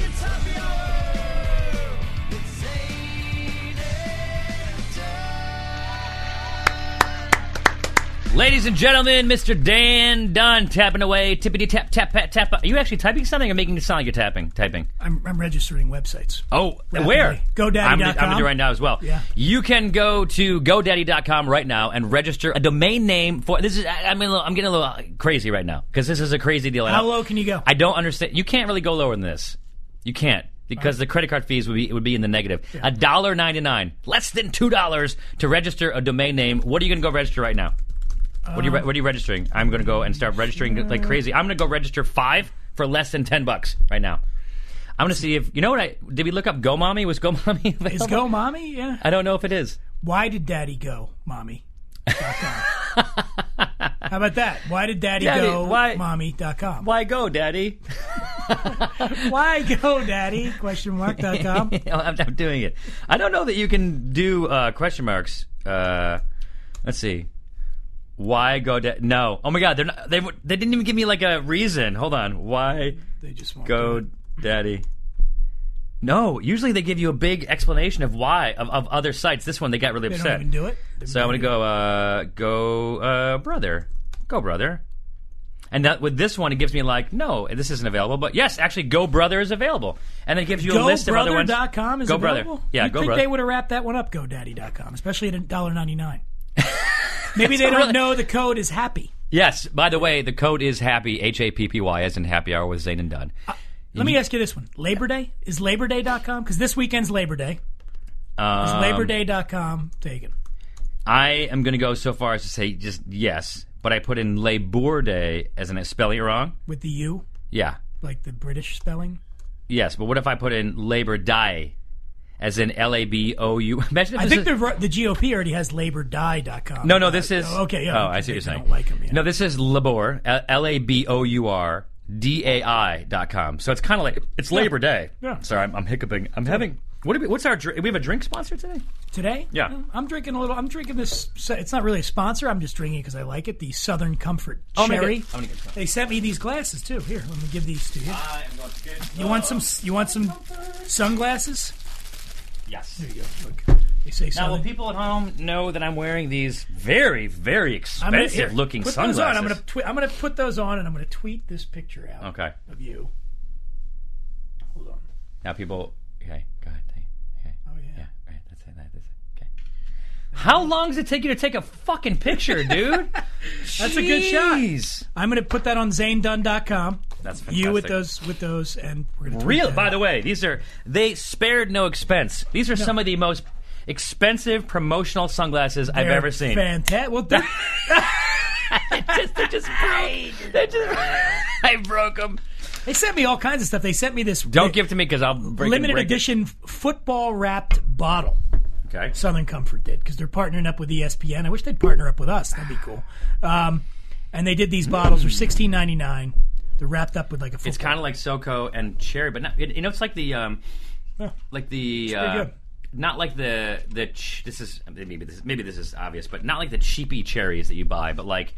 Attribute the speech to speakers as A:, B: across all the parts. A: It's happy hour. It's Zane and
B: Ladies and gentlemen, Mr. Dan Dunn tapping away, tippity tap tap pat tap. Are you actually typing something or making it sound like you're tapping? Typing.
C: I'm, I'm registering websites.
B: Oh,
C: Rapidly.
B: where?
C: GoDaddy.com.
B: I'm, gonna- I'm going to do it right now as well.
C: Yeah.
B: You can go to GoDaddy.com right now and register a domain name for this. Is I- I'm, getting a little, I'm getting a little crazy right now because this is a crazy deal. And
C: How
B: I-
C: low can you go?
B: I don't understand. You can't really go lower than this. You can't because the credit card fees would be would be in the negative. A dollar ninety nine, less than two dollars to register a domain name. What are you going to go register right now? what are
C: Um,
B: you re- What are you registering? I'm going to go and start registering
C: Mm.
B: like crazy. I'm going to go register five for less than ten bucks right now. I'm going to see if you know what I did. We look up Go Mommy. Was Go Mommy available?
C: Is Go Mommy? Yeah.
B: I don't know if it is.
C: Why did Daddy go, Mommy? .com. How about that? Why did Daddy,
B: Daddy,
C: go,
B: why-
C: Mommy.com?
B: Why go, Daddy?
C: Why go, Daddy? Question mark. Dot com.
B: I'm, I'm doing it. I don't know that you can do uh, question marks. Uh, let's see. Why go? Da- no. Oh my God. They're not, they w- they didn't even give me like a reason. Hold on. Why
C: They just want
B: go, Daddy? No. Usually they give you a big explanation of why of, of other sites. This one they got really
C: They don't
B: upset.
C: even do it. They
B: So I'm gonna go, uh, go, uh, brother, go, brother. And that, with this one, it gives me like, no, this isn't available. But yes, actually, Go Brother is available, and it gives you a list of other ones.
C: GoBrother.com is
B: go
C: available?
B: brother, yeah,
C: You'd
B: Go
C: think
B: Brother.
C: they would have wrapped that one up, GoDaddy.com, especially at $1.99. Maybe they don't
B: really-
C: know the code is happy.
B: yes. By the way, the code is happy, H A P P Y, as in happy hour with Zayn and Dunn.
C: Let
B: Mm-hmm.
C: me ask you this one. Labor Day? Is LaborDay.com? Because this weekend's Labor Day. Is
B: Um,
C: LaborDay.com taken?
B: I am gonna go so far as to say just yes, but I put in Labor Day as in spelling it wrong.
C: With the U,
B: Yeah,
C: like the British spelling?
B: yes. But what if I put in Labor Die, as in L A B O U? Imagine if
C: I
B: this
C: think
B: is-
C: the, the GOP already has labordie.com.
B: No, no, this is.
C: Oh, okay, yeah.
B: oh,
C: okay,
B: I see what you're
C: they
B: saying.
C: Don't like 'em, yeah.
B: No, this is Labor, L A B O U R D A I dot com. So it's kind of like it's Labor Day.
C: Yeah.
B: Sorry, I'm, I'm hiccuping. I'm having. What do we, what's our drink? We have a drink sponsor today.
C: Today?
B: Yeah.
C: No, I'm drinking a little. I'm drinking this. so It's not really a sponsor. I'm just drinking because I like it. The Southern Comfort
B: Oh, I'm gonna
C: Cherry.
B: get- I'm gonna get some.
C: They sent me these glasses, too. Here, let me give these to you. You want some You want some sunglasses?
B: Yes.
C: There you go. Look. They say
B: Now, will
C: Southern.
B: people at home know that I'm wearing these very, very
C: I'm gonna-
B: expensive
C: here,
B: looking
C: put
B: sunglasses?
C: Those on. I'm going to twe- I'm going to put those on and I'm going to tweet this picture out
B: Okay.
C: of you. Hold on.
B: Now, people. Okay. Go ahead. Hey, Okay.
C: Oh
B: Yeah. All right. That's it. That's it. Okay. How long does it take you to take a fucking picture, dude?
C: That's a good shot.
B: Jeez.
C: I'm going to put that on zanedunn.com.
B: That's fantastic.
C: You with those, with those, and we're going to
B: Real, by the way, these are they spared no expense. These are some of the most expensive promotional sunglasses I've ever seen.
C: Fantastic. Well, they're-
B: Just- they're just broke. They're just- I broke them.
C: they sent me all kinds of stuff. They sent me this
B: Don't give to me because I'll break
C: limited
B: break it.
C: edition football wrapped bottle.
B: Okay.
C: Southern Comfort did because they're partnering up with E ESPN. I wish they'd partner up with us. That'd be cool. Um, and they did these bottles for sixteen ninety nine. They're wrapped up with like a. Football.
B: It's kind of like SoCo and cherry, but not, you know, it's like the um,
C: Yeah.
B: like the
C: pretty
B: uh,
C: good.
B: not like the the ch- this is maybe this is, maybe this is obvious, but not like the cheapy cherries that you buy, but like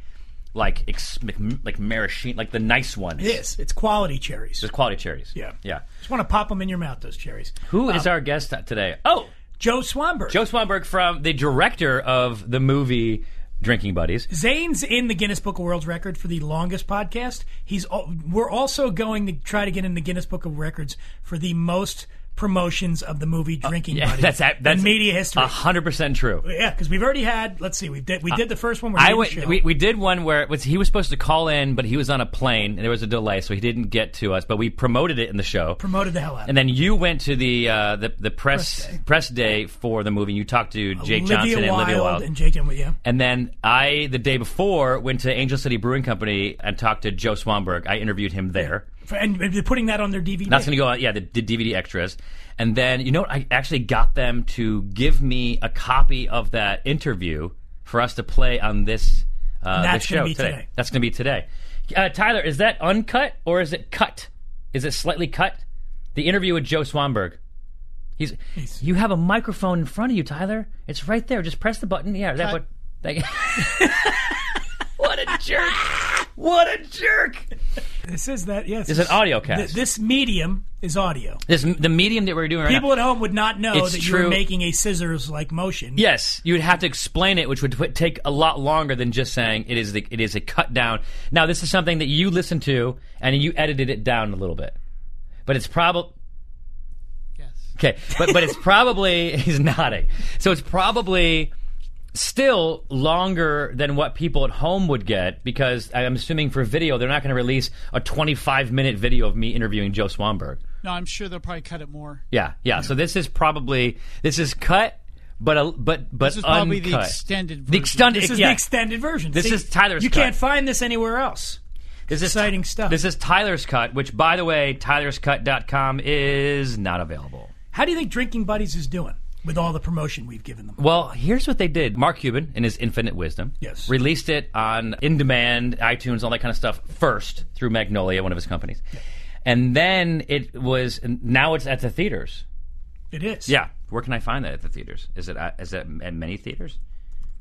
B: like ex- like maraschino, like the nice ones.
C: It is. It's quality cherries.
B: There's quality cherries.
C: Yeah. Um,
B: yeah.
C: Just want to pop them in your mouth. Those cherries.
B: Who is our guest today? Oh,
C: Joe Swanberg.
B: Joe Swanberg from the director of the movie Drinking Buddies.
C: Zane's in the Guinness Book of World Record for the longest podcast. He's al- we're also going to try to get in the Guinness Book of Records for the most promotions of the movie Drinking
B: Uh, yeah,
C: Buddies
B: that's- that's
C: in media history.
B: A uh-huh. hundred percent true.
C: yeah, because we've already had. Let's see, we did we did the first one. We're
B: Uh, I
C: doing
B: went,
C: show.
B: we, we did one where it was, he was supposed to call in, but he was on a plane and there was a delay, so he didn't get to us. But we promoted it in the show,
C: promoted the hell out. of
B: and then you went to the uh, the, the press press day. for the movie. and You talked to Jake Johnson and Olivia Wilde,
C: Uh, and Jake Johnson. Yeah,
B: And then I, the day before, went to Angel City Brewing Company and talked to Joe Swanberg. I interviewed him there.
C: For- and they're putting that on their DVD.
B: That's e- going to go out, yeah, the, the DVD extras. And then, you know what? I actually got them to give me a copy of that interview for us to play on this, uh,
C: That's
B: this
C: gonna
B: show
C: be
B: today.
C: today.
B: That's going to be today. Uh, Tyler, is that uncut or is it cut? Is it slightly cut? The interview with Joe Swanberg. He's, you have a microphone in front of you, Tyler. It's right there. Just press the button. Yeah, that
C: Cut.
B: but that, What a jerk. What a jerk.
C: This is that. Yes,
B: It's an audio cast.
C: Th- this medium is audio.
B: This the medium that we're doing right
C: People
B: now.
C: at home would not know
B: It's
C: that you
B: true.
C: were making a scissors-like motion.
B: Yes, you would have to explain it, which would put- take a lot longer than just saying it is the, it is a cut down. Now, this is something that you listened to and you edited it down a little bit, but it's probably
D: Yes.
B: okay. But but it's probably he's nodding, so it's probably still longer than what people at home would get because I'm assuming for video they're not going to release a 25 minute video of me interviewing Joe Swanberg.
D: No, I'm sure they'll probably cut it more.
B: Yeah, yeah. So this is probably this is cut, but a, but but
D: This is probably the
B: uncut.
D: extended
B: The
D: version.
B: extended.
C: this is
B: yeah.
C: the extended version.
B: This
C: See,
B: is Tyler's
C: You
B: cut.
C: can't find this anywhere else.
B: This is
C: exciting stuff.
B: This is Tyler's cut, which by the way, tylerscut.com is not available.
C: How do you think Drinking Buddies is doing with all the promotion we've given them?
B: Well, here's what they did. Mark Cuban, in his infinite wisdom,
C: Yes.
B: released it on in demand, iTunes, all that kind of stuff first through Magnolia, one of his companies, and then it was now it's at the theaters.
C: It is.
B: Yeah, where can I find that at the theaters? Is it at, is it at many theaters?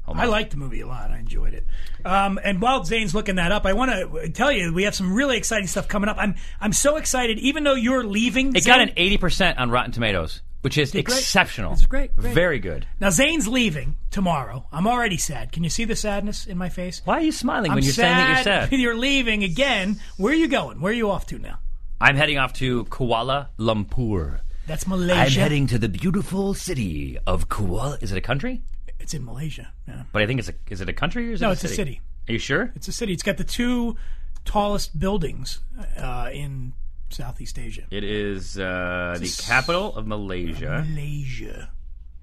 B: Hold
C: I
B: on.
C: liked the movie a lot. I enjoyed it. Um, and while Zane's looking that up, I want to tell you we have some really exciting stuff coming up. I'm I'm so excited, even though you're leaving.
B: It got an 80% on Rotten Tomatoes, which is
C: great.
B: exceptional.
C: It's great, great.
B: Very good.
C: Now Zane's leaving tomorrow. I'm already sad. Can you see the sadness in my face?
B: Why are you smiling
C: I'm
B: when you're
C: sad.
B: saying that you're sad?
C: You're leaving again. Where are you going? Where are you off to now?
B: I'm heading off to Kuala Lumpur.
C: That's Malaysia.
B: I'm heading to the beautiful city of Kuala. Is it a country?
C: It's in Malaysia. Yeah.
B: But I think it's a. Is it a country or is
C: No,
B: it a
C: it's a
B: city?
C: city.
B: Are you sure?
C: It's a city. It's got the two tallest buildings uh, in Southeast Asia.
B: It is uh, the capital of Malaysia.
C: Malaysia.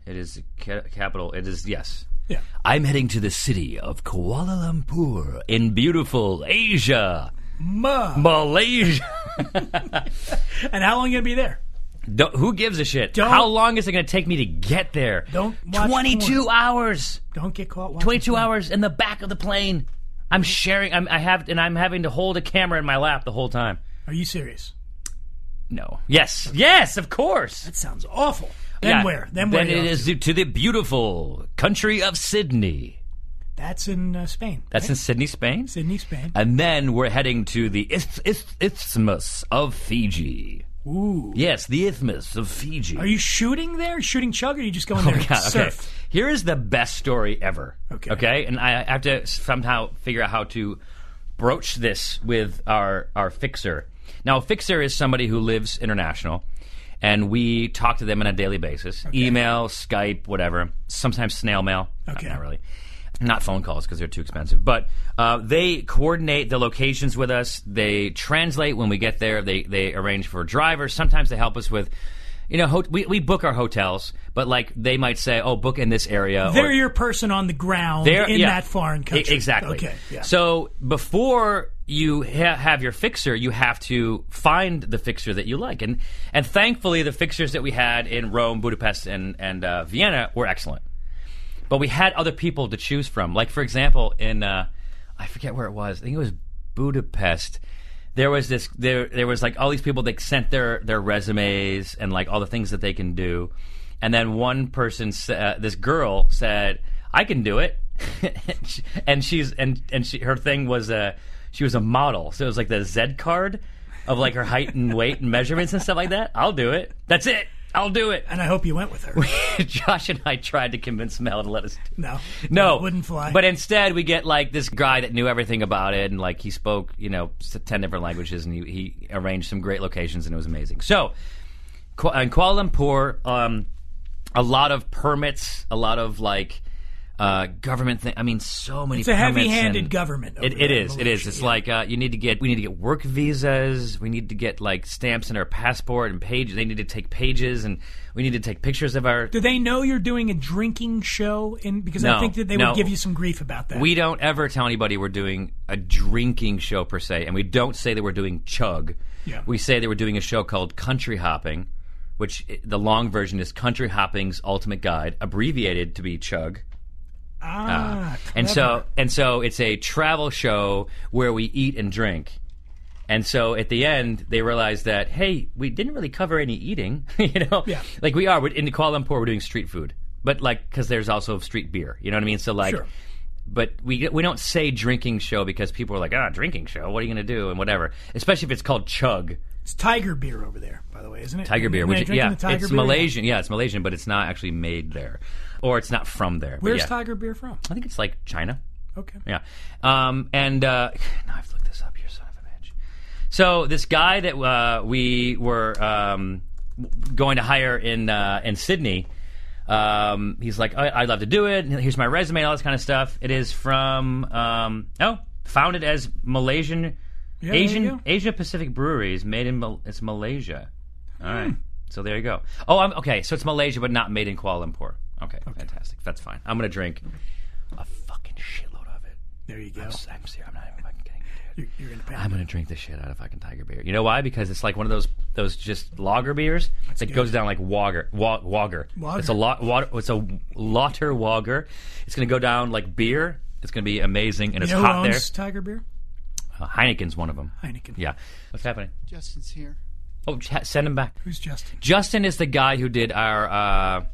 B: It is the ca- capital. It is yes.
C: Yeah.
B: I'm heading to the city of Kuala Lumpur in beautiful Asia,
C: Ma.
B: Malaysia.
C: And how long are you gonna be there?
B: Don't, who gives a shit?
C: Don't-
B: How long is it going to take me to get there?
C: Don't watch
B: 22
C: porn.
B: hours.
C: Don't get caught watching.
B: 22
C: porn.
B: hours in the back of the plane. I'm sharing. I'm, I have, and I'm having to hold a camera in my lap the whole time.
C: Are you serious?
B: No. Yes. Yes. Of course.
C: That sounds awful. Then
B: Yeah.
C: where? Then where?
B: Then
C: you
B: it
C: off
B: is to the beautiful country of Sydney.
C: to? That's in uh, Spain.
B: That's
C: right?
B: in Sydney, Spain.
C: Sydney, Spain.
B: And then we're heading to the isth- isth- isthmus of Fiji.
C: Ooh.
B: Yes, the isthmus of Fiji.
C: Are you shooting there? Shooting chug, or are you just going there
B: Yeah,
C: to
B: Oh, okay.
C: surf?
B: Here is the best story ever.
C: Okay.
B: Okay. And I have to somehow figure out how to broach this with our, our fixer. Now, a fixer is somebody who lives international, and we talk to them on a daily basis email, Skype, whatever, sometimes snail mail. Not-
C: Okay.
B: Not, really. Not phone calls because they're too expensive, but uh, they coordinate the locations with us. They translate when we get there. They they arrange for drivers. Sometimes they help us with, you know, ho- we we book our hotels, but like they might say, oh, book in this area.
C: They're
B: or,
C: your person on the ground
B: they're-
C: in
B: yeah.
C: that foreign country.
B: E- exactly.
C: Okay. Yeah.
B: So before you ha- have your fixer, you have to find the fixer that you like, and and thankfully the fixers that we had in Rome, Budapest, and and uh, Vienna were excellent. But we had other people to choose from. Like for example, in uh, I forget where it was. I think it was Budapest. There was this. There there was like all these people that sent their their resumes and like all the things that they can do, and then one person, sa- uh, this girl said, "I can do it," and she's and and she her thing was uh, she was a model, so it was like the Z card of like her height and weight and measurements and stuff like that. I'll do it. That's it. I'll do it.
C: and I hope you went with her.
B: Josh and I tried to convince Mel to let us.
C: No.
B: No,
C: It wouldn't fly.
B: But instead, we get like this guy that knew everything about it, and like he spoke, you know, s- ten different languages, and he, he arranged some great locations, and it was amazing. So, Ku- in Kuala Lumpur, um, a lot of permits, a lot of like uh, government thing. I mean, so many.
C: It's a
B: permits
C: heavy-handed
B: and-
C: government over
B: It, it
C: there in
B: is. It is.
C: Malaysia,
B: It's
C: yeah.
B: like uh, you need to get. We need to get work visas. We need to get like stamps in our passport and pages. They need to take pages, and we need to take pictures of our.
C: do they know you're doing a drinking show? In because I
B: No,
C: think that they
B: no.
C: would give you some grief about that.
B: We don't ever tell anybody we're doing a drinking show per se, and we don't say that we're doing chug.
C: Yeah.
B: We say that we're doing a show called Country Hopping, which i- the long version is Country Hopping's Ultimate Guide, abbreviated to be chug.
C: ah,
B: And
C: clever.
B: so and so it's a travel show where we eat and drink. And so at the end, they realized that hey, we didn't really cover any eating. you know,
C: Yeah.
B: like we are in Kuala Lumpur, we're doing street food, but like because there's also street beer. You know what I mean? So like.
C: Sure.
B: But we we don't say drinking show because people are like ah drinking show what are you gonna do and whatever especially if it's called chug
C: It's tiger beer over there, by the way, isn't it?
B: Tiger beer,
C: Am I
B: which
C: Mm-hmm. drinking
B: yeah,
C: the tiger
B: it's
C: beer?
B: Malaysian. Yeah, it's Malaysian, but it's not actually made there, or it's not from there. but
C: Where's
B: yeah.
C: tiger beer from?
B: I think it's like China.
C: Okay.
B: Yeah, um, and uh, now I've looked this up. You son of a bitch. So this guy that uh, we were um, w- going to hire in uh, in Sydney, um, he's like, I- I'd love to do it. and Here's my resume and all this kind of stuff. It is from um, oh, founded as Malaysian
C: Yeah, there you
B: Asian
C: go.
B: Asia Pacific Breweries, made in Mal- it's Malaysia. All right.
C: Hmm.
B: So there you go. Oh, I'm okay. So it's Malaysia, but not made in Kuala Lumpur. Okay, fantastic. That's fine. I'm gonna drink a fucking shitload of it.
C: There you go.
B: I'm serious. I'm not even fucking kidding. dude.
C: You're, you're
B: I'm
C: independent.
B: gonna drink the shit out of fucking Tiger beer. You know why? Because it's like one of those those just lager beers that goes down like Wager. Wa- Wager.
C: Lager.
B: It's a lot. Water. It's a Lauter Wager. It's gonna go down like beer. It's gonna be amazing, and it's
C: you know
B: hot
C: who
B: there.
C: owns tiger beer?
B: Uh, Heineken's one of them.
C: Heineken.
B: Yeah. What's happening?
D: Justin's here.
B: Oh, ch- send him back.
C: Who's Justin?
B: Justin is the guy who did our uh,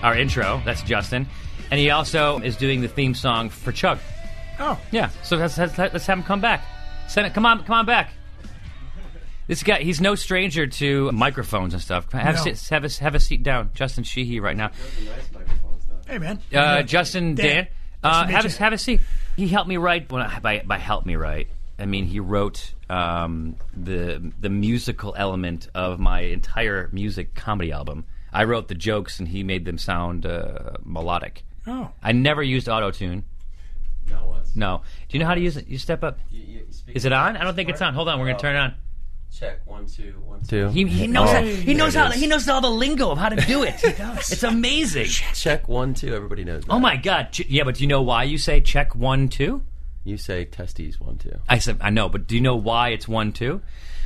B: our intro. That's Justin, and he also is doing the theme song for Chug.
C: Oh,
B: Yeah, so let's, let's, let's have him come back. Send it. Come on, come on back. This guy, he's no stranger to microphones and stuff. Have,
C: No.
B: a, sit- have, a, have a seat down, Justin Sheehy, right now.
C: hey man.
B: Uh, Justin Dan,
C: Dan,
B: uh,
C: to meet
B: have a,
C: you.
B: have a seat. He helped me write. Well, by, by help me write, I mean he wrote um, the the musical element of my entire music comedy album. I wrote the jokes and he made them sound uh, melodic.
C: Oh,
B: I never used auto tune.
E: Not once.
B: No. Do you know how to use it? You step up.
E: You- you- you speak-
B: Is it on? I don't think it's on. Hold on, we're gonna turn it on.
E: Check one two one two.
B: He, he knows
E: Oh,
B: how, he knows
E: there
B: how
E: it is.
B: he knows all the lingo of how to do it. he
C: does.
B: It's amazing.
E: Check one two. Everybody knows. That.
B: Oh my god. Ch- Yeah, but do you know why you say check one two?
E: You say testes one two.
B: I said I know, but do you know why it's one two?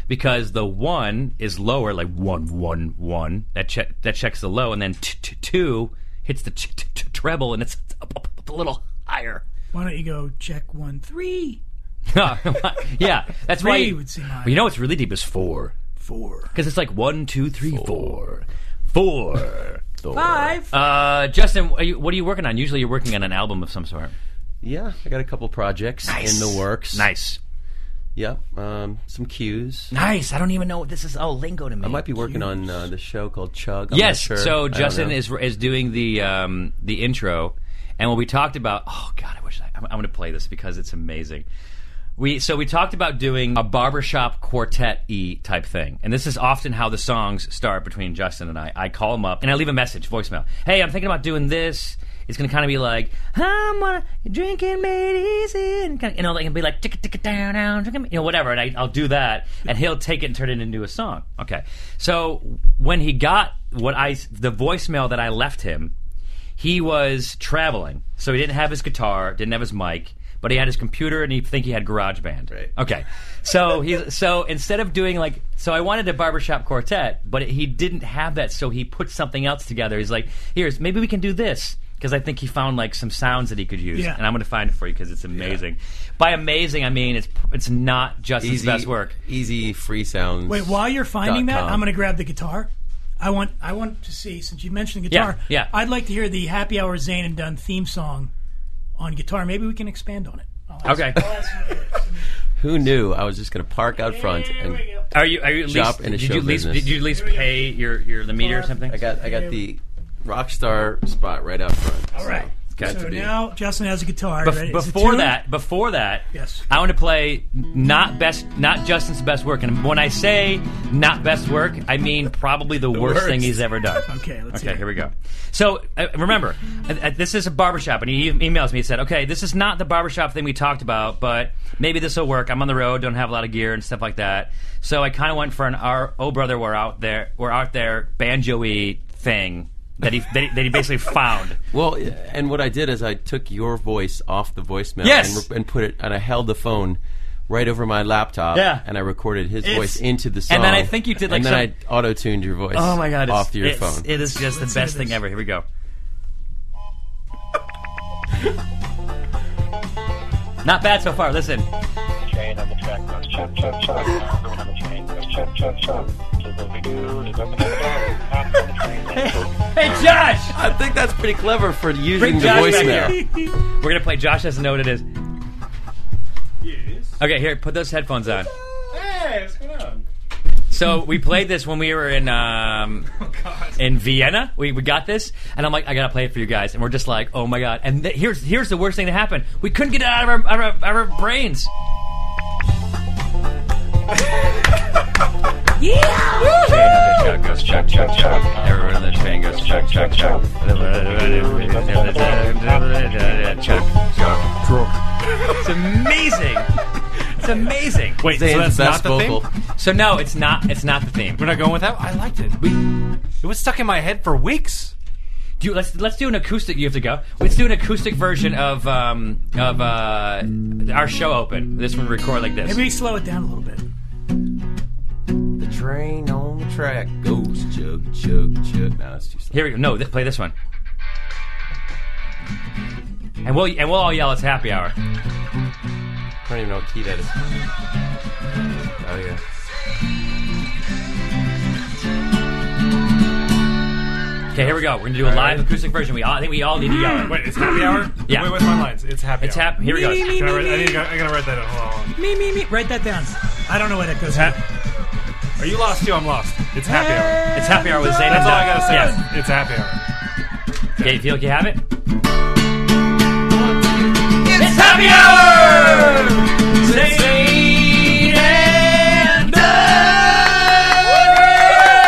B: Because the one is lower, like one one one. That check that checks the low, and then t- t- two hits the ch- t- t- treble, and it's up, up, up a little higher.
C: why don't you go check one three
B: yeah, that's why.
C: Three
B: you-
C: would seem high.
B: Well, you know what's really deep is four,
C: four
B: because it's like one two three four four.
C: five?
B: Uh, Justin, are you, what are you working on? Usually, you're working on an album of some sort.
E: Yeah, I got a couple projects in the works.
B: Nice,
E: Yep. Um, some cues.
B: nice. I don't even know what this is. all lingo to me.
E: I might be working on uh, the show called Chug. I'm
B: yes.
E: not sure. I
B: So
E: don't
B: Justin
E: know.
B: is is doing the um, the intro, and when we talked about, oh God, I wish I, I'm, I'm going to play this because it's amazing. We so we talked about doing a barbershop quartet e type thing, and this is often how the songs start between Justin and I. I call him up and I leave a message, voicemail. Hey, I'm thinking about doing this. It's gonna kind of be like I'm gonna drinking made easy, and kind of, you know, like and be like ticka ticka down down, drinking, you know, whatever. And I, I'll do that, and he'll take it and turn it into a song. Okay, so when he got what I s- the voicemail that I left him, he was traveling, so he didn't have his guitar, didn't have his mic, but he had his computer, and he think he had GarageBand.
E: Right.
B: Okay. So he so instead of doing like so, I wanted a barbershop quartet, but he didn't have that, so he put something else together. He's like, "Here's maybe we can do this." Because I think he found like some sounds that he could use,
C: Yeah.
B: and I'm going to find it for you because it's amazing. By amazing, I mean it's it's not just his
E: easy
B: best work.
E: Easy free sounds.
C: Wait, while you're finding
E: Dot
C: that,
E: com.
C: I'm going to grab the guitar. I want I want to see since you mentioned the
B: Yeah,
C: guitar.
B: yeah.
C: I'd like to hear the Happy Hour Zane and Dunn theme song on guitar. Maybe we can expand on it. I'll ask-
B: Okay,
C: I'll ask you later.
E: Who knew I was just going to park out front
C: Here
E: and
C: we go.
B: are you are you at least
E: Shop in a
B: did
E: show
B: you at least
E: business.
B: did you at least pay your your the meter or something?
E: I got I got the rock star spot right out front.
C: All right.
E: got
C: so
E: to be.
C: now Justin has a guitar.
B: Bef-
C: right? It's a
B: before
C: tune.
B: that, before that,
C: Yes.
B: I want to play not best, not Justin's best work. And when I say not best work, I mean probably the, worst,
E: worst.
B: thing he's ever done.
C: Okay, let's
B: Okay,
C: hear
B: here we go. So uh, remember, uh, uh, this is a barbershop, and he e- emails me and said, "Okay, this is not the barbershop thing we talked about, but maybe this will work. I'm on the road, don't have a lot of gear and stuff like that." So I kind of went for an our, "Oh brother, we're out there, we're out there" banjo-y thing that he that he, that he basically found.
E: Well, and what I did is I took your voice off the voicemail
B: Yes!
E: and, re- and put it, and I held the phone right over my laptop,
B: Yeah.
E: and I recorded his
B: It's-
E: voice into the song.
B: and then I think you did, like,
E: and then
B: some-
E: I auto-tuned your voice.
B: Oh my god!
E: off
B: it's,
E: your
B: it's-
E: phone.
B: It is just the best thing ever. Here we go. Not bad so far. Listen.
F: chain on the track goes chug chug chug. Everyone on the train goes chug chug chug. Dizzle-be-doo, dizzle-be-doo. Hop on the train,
B: Hey, Josh!
E: I think that's pretty clever for using
B: Bring
E: the
B: Josh back
E: voicemail.
B: here. We're going to play Josh doesn't know what it is. Okay, here, put those headphones on.
G: Hey, what's going on?
B: So we played this when we were in um,
G: Oh,
B: in Vienna. We, we got this, and I'm like, I gotta play it for you guys. And we're just like, oh my god! And th- here's here's the worst thing that happened. We couldn't get it out of our out of our, our brains. yeah! goes chug chug chug. Everyone on the train goes chug chug chug. Chug chug. It's amazing. It's amazing.
G: Wait, so
E: Zane's
G: that's not
E: best
G: the
E: vocal.
G: theme?
B: So no, it's not. It's not the theme.
G: We're not going with that? I liked it. it was stuck in my head for weeks.
B: Do let's let's do an acoustic. You have to go. Let's do an acoustic version of um of uh our show open. This one record like this.
C: Maybe slow it down a little bit.
E: The train on the track goes chug chug chug. No, that's too slow.
B: Here we go. No, th- play this one. And we'll and we'll all yell it's happy hour.
G: Oh,
E: I don't even know what key that is. Oh yeah.
B: Okay, here we go. We're gonna do a live acoustic version. We all, I think we all need to yell it.
G: Wait, it's happy hour?
B: Yeah.
G: Wait, what's my lines? It's happy
B: It's
G: hour.
B: hap- Here we go.
C: Me, me,
G: Hmm. Can I,
C: me,
G: write, I, need to
C: me,
G: go, I gotta write that down. Hold on, hold on.
C: me, me, me. Write that down. I don't know where that goes.
G: It's ha- Are you lost too? I'm lost. It's happy hour.
B: It's happy hour with Zayn.
G: That's all I gotta say.
B: Yes.
G: is It's happy hour.
B: Okay, you feel like you have it? It's happy hour! Zayn and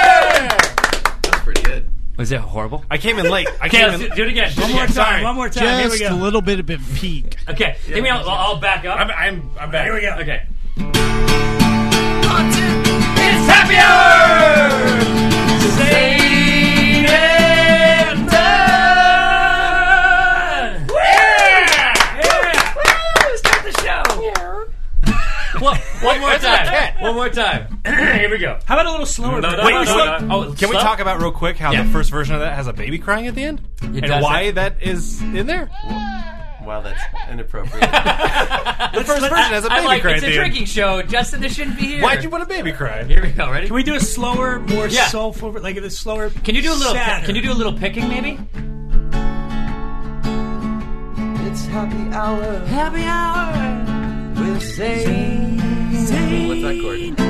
E: That's pretty good.
B: Was it horrible?
G: I came in late. I
B: Okay,
G: came
B: let's do,
G: in.
B: do it again. One
C: One more time.
G: Sorry.
C: One more time. Here we
D: Just
C: go.
D: a little bit of a peak.
B: Okay, give me all, I'll I'll back up.
G: I'm, I'm, I'm back.
C: Here we go.
B: Okay. It's happy hour! Zayn and Dun! Yeah! Yeah! Woo! Start the show! One, one more time. One more time. Here we go.
C: How about a little slower?
B: No, no,
G: Wait,
B: no,
G: so-
B: no, no.
G: oh, can we
B: Slow?
G: talk about real quick how
B: Yeah.
G: the first version of that has a baby crying at the end? and
B: does
G: why that is in there?
E: Wow, that's inappropriate.
G: The first version has a
B: I'm
G: baby
B: like,
G: cry at
B: it's
G: the
B: a
G: end.
B: drinking show. Justin, this shouldn't be here.
G: Why'd you put a baby cry?
B: Here we go. Ready?
C: Can we do a slower, more
B: Yeah.
C: soulful, like a slower?
B: Can you do a little?
C: sadder?
B: Can you do a little picking, maybe?
E: it's happy hour.
B: Happy hour.
E: We'll What's that chord?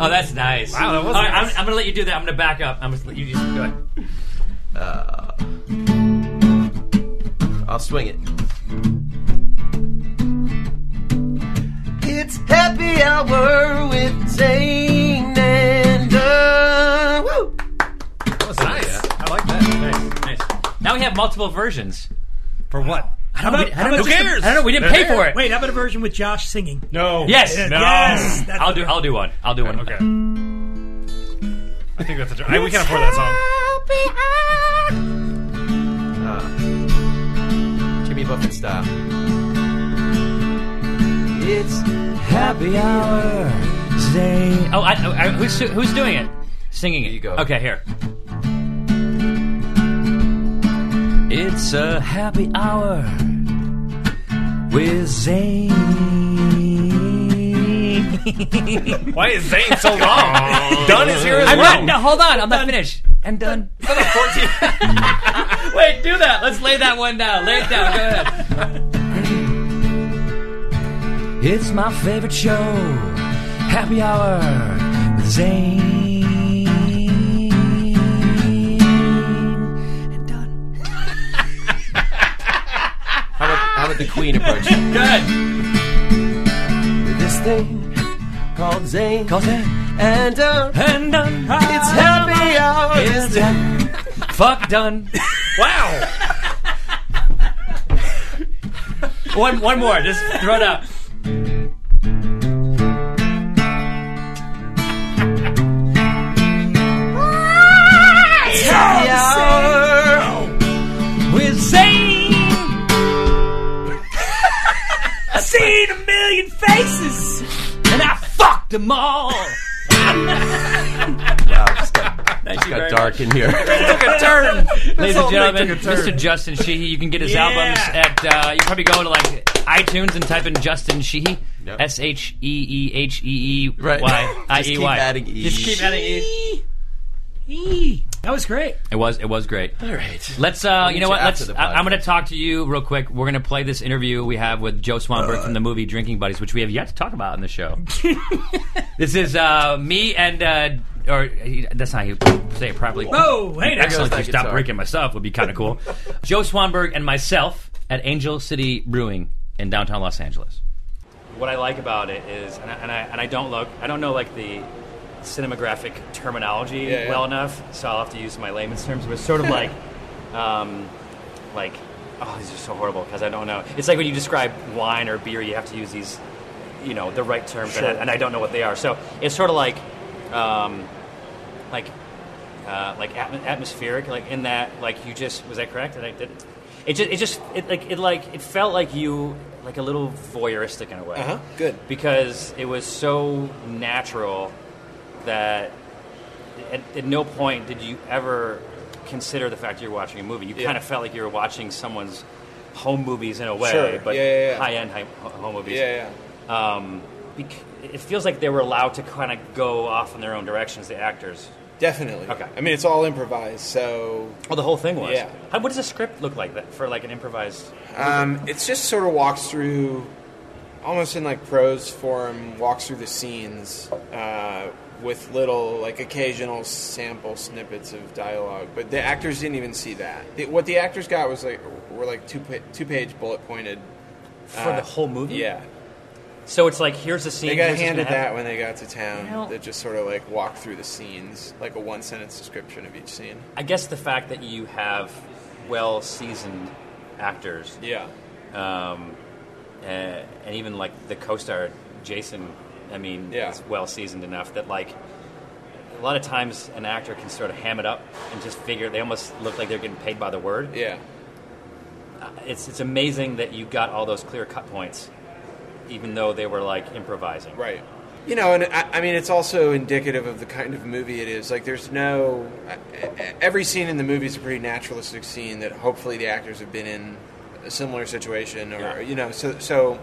B: Oh, that's nice.
G: Wow, that was
B: All right,
G: nice.
B: I'm, I'm gonna let you do that. I'm gonna back up. I'm gonna let you just go ahead.
E: I'll swing it. It's happy hour with Zane and Dunn. Woo!
G: Nice. I like that.
B: Nice. Now we have multiple versions.
G: For what?
C: How about, how about
G: Who
C: just a-
G: cares?
B: I don't know. We didn't pay for it.
C: Wait, how about a version with Josh singing?
G: No.
B: Yes.
G: No.
C: Yes. That's
B: I'll do. I'll do one. I'll do one.
G: Okay. I think that's a joke. We can't afford that song.
E: Uh, Jimmy Buffett style. It's happy hour. Zane.
B: Oh, I, I, who's who's doing it? Singing it.
E: You go.
B: Okay, here. It's a happy hour with Zane.
G: Why is Zane so long? Dunn is here as
B: Oh. I'm
G: well.
B: not. No, hold on. I'm not finished. I'm done. Wait, do that. Let's lay that one down. Lay it down. Go ahead. It's my favorite show. Happy hour with Zane.
E: How about, how about the Queen
B: Good.
E: approach? this thing called Zane.
B: Call Zane.
E: and Dunn.
B: And done.
E: It's happy hour.
B: It's done. Fuck done.
G: Wow.
B: One one more. Just throw it up.
E: happy hour.
B: With Zane.
C: I've seen a million faces.
B: And I fucked them all.
E: Wow, just got
B: Thank you very
E: Got dark
B: much.
E: in here.
B: Ladies and
E: whole thing
B: gentlemen,
E: took a turn.
B: Mr. Justin Sheehy. You can get his
G: Yeah.
B: albums at, uh, you probably go to like iTunes and type in Justin Sheehy.
E: Yep.
B: S H E E H E E
E: Right.
B: Y I
E: Just
B: E
E: keep
B: Y.
E: adding E.
B: Just keep adding E.
C: Eee. That was great.
B: It was, it was great.
E: All right.
B: Let's, uh, you know
E: you
B: what? Let's.
E: after the
B: I, am
E: podcast.
B: going to talk to you real quick. We're going to play this interview we have with Joe Swanberg from the movie Drinking Buddies, which we have yet to talk about in the show. this is uh, me and, uh, or he- that's not how you say it properly.
C: Oh, hey, now.
B: Excellent.
E: that
B: If you stop
E: guitar.
B: breaking my stuff would be kind of cool. Joe Swanberg and myself at Angel City Brewing in downtown Los Angeles. What I like about it is, and I, and I, and I don't look, I don't know like the cinematographic terminology
E: yeah.
B: well enough, so I'll have to use my layman's terms. But it's sort of like, um, like, oh, these are so horrible because I don't know. It's like when you describe wine or beer, you have to use these, you know, the right terms, and, I, and I don't know what they are. So it's sort of like, um, like uh, like atm- atmospheric, like in that, like you just was that correct? That I did it. Just, it just it like it like it felt like you like a little voyeuristic in a way.
E: Uh-huh, good.
B: because it was so natural that at, at no point did you ever consider the fact you're watching a movie. You kind of felt like you were watching someone's home movies in a way,
E: Sure.
B: but
E: Yeah, yeah, yeah.
B: high end home movies
E: Yeah,
B: um, bec- it feels like they were allowed to kind of go off in their own directions, the actors.
H: Definitely.
B: Okay.
H: I mean, it's all improvised, so
B: Well, the whole thing was.
H: Yeah.
B: How, what does a script look like that for like an improvised?
H: um, it's just sort of walks through, almost in like prose form, walks through the scenes uh, with little like occasional sample snippets of dialogue. But the actors didn't even see that. The, what the actors got was like were like two pa- two page bullet pointed.
B: For the whole movie?
H: Yeah,
B: So it's like here's the scene.
H: they got
B: here's what's
H: handed
B: gonna
H: that
B: happen.
H: when they got to town.
B: You know-
H: they just sort of like walked through the scenes, like a one sentence description of each scene.
B: I guess the fact that you have well seasoned actors,
H: Yeah.
B: um, uh, and even like the co-star Jason, I mean,
H: Yeah.
B: is well seasoned enough that like a lot of times an actor can sort of ham it up and just figure they almost look like they're getting paid by the word.
H: Yeah.
B: it's it's amazing that you got all those clear cut points, even though they were like improvising.
H: Right. You know, and I, I mean, it's also indicative of the kind of movie it is. Like, there's no. e- e- Every scene in the movie is a pretty naturalistic scene that hopefully the actors have been in a similar situation, or
B: Yeah.
H: you know, so so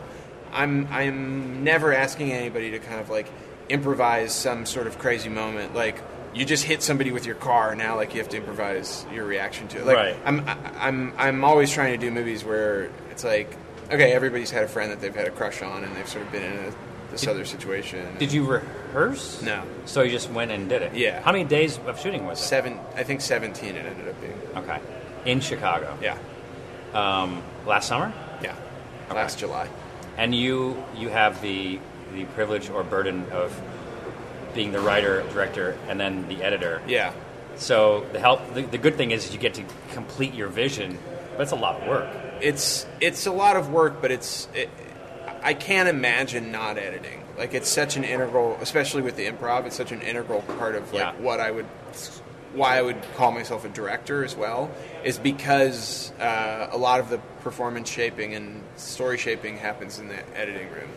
H: I'm I'm never asking anybody to kind of like improvise some sort of crazy moment, like you just hit somebody with your car. Now, like you have to improvise your reaction to it. Like,
B: Right.
H: I'm I- I'm I'm always trying to do movies where it's like okay, everybody's had a friend that they've had a crush on, and they've sort of been in a, this other situation.
B: Did you rehearse?
H: No.
B: So you just went and did it.
H: Yeah.
B: How many days of shooting was it?
H: seven? I think seventeen. It ended up being
B: Okay. In Chicago.
H: yeah,
B: Um, last summer,
H: yeah, last July.
B: and you you have the the privilege or burden of being the writer, director, and then the editor.
H: Yeah,
B: So the help the, the good thing is you get to complete your vision. But it's a lot of work.
H: it's it's a lot of work, but it's it, I can't imagine not editing. Like it's such an integral, especially with the improv. It's such an integral part of like
B: Yeah.
H: what I would, why I would call myself a director as well, is because uh, a lot of the performance shaping and story shaping happens in the editing room.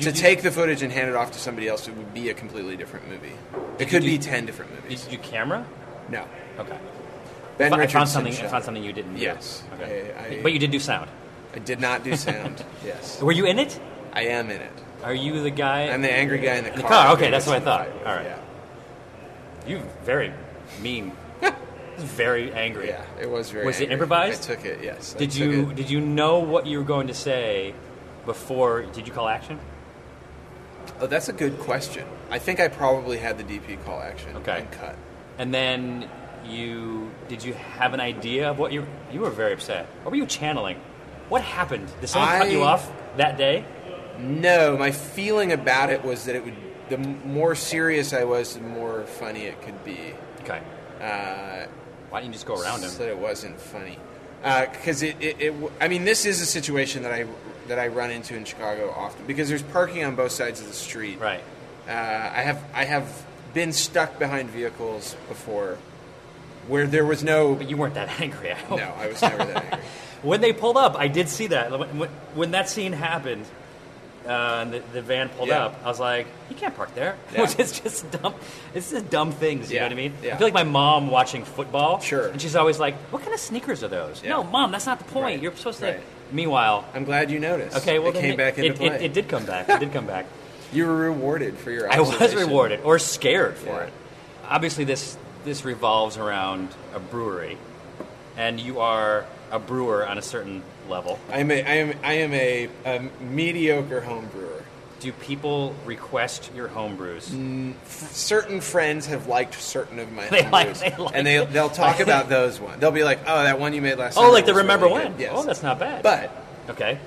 H: To take the footage and hand it off to somebody else, it would be a completely different movie. It could
B: do-
H: be ten different
B: Did
H: movies.
B: you do camera?
H: No,
B: Okay.
H: Ben
B: I
H: Richardson
B: found something. I
H: shot
B: found
H: it.
B: something you didn't. do.
H: Yes.
B: Okay.
H: I- I-
B: but you did do sound.
H: I did not do sound. yes,
B: Were you in it?
H: I am in it.
B: Are you the guy?
H: I'm the angry guy in the car.
B: the car, okay, that's
H: Who
B: what I
H: gets in a
B: thought.
H: fight.
B: All right. you very mean. very angry.
H: Yeah. yeah, it was very.
B: Was it
H: angry.
B: improvised?
H: I took it. Yes. I
B: Did
H: took
B: you
H: it.
B: did you know what you were going to say before? Did you call action?
H: Oh, that's a good question. I think I probably had the DP call action.
B: Okay.
H: And cut.
B: And then you did you have an idea of what you you were very upset? What were you channeling? What happened? Did someone cut you
H: I-
B: off that day?
H: No, my feeling about it was that it would. The m- more serious I was, the more funny it could be.
B: Okay.
H: Uh,
B: Why didn't you just go around him?
H: So that it wasn't funny. Because it, it, it, w- I mean, this is a situation that I that I run into in Chicago often because there's parking on both sides of the street.
B: Right.
H: Uh, I have I have been stuck behind vehicles before, where there was no.
B: But you weren't that angry. I
H: No,
B: hope.
H: I was never that angry.
B: When they pulled up, I did see that. When, when- when that scene happened, uh, and the, the van pulled
H: Yeah.
B: up, I was like, "You can't park there,"
H: Yeah.
B: which is just dumb. It's just dumb things. You
H: Yeah.
B: know what I mean?
H: Yeah.
B: I feel like my mom watching football.
H: Sure.
B: And she's always like, "What kind of sneakers are those?"
H: Yeah.
B: No, mom, that's not the point. You're supposed to.
H: Right.
B: Meanwhile,
H: I'm glad you noticed.
B: okay, well,
H: it
B: then
H: came back into
B: it,
H: play.
B: It, it did come back. It did come back.
H: You were rewarded for your.
B: I was
H: observation.
B: rewarded or scared for
H: Yeah.
B: it. Obviously, this this revolves around a brewery, and you are a brewer on a certain level.
H: I am a I am I am a, a mediocre home brewer.
B: Do people request your home brews?
H: Mm, Certain friends have liked certain of my
B: They
H: home
B: like-
H: brews,
B: they like-
H: and they they'll talk about those ones. They'll be like, "Oh, that one you made last."
B: Oh,
H: summer
B: like the
H: was
B: remember
H: really
B: when?
H: good." Yes.
B: Oh, that's not bad.
H: But
B: okay,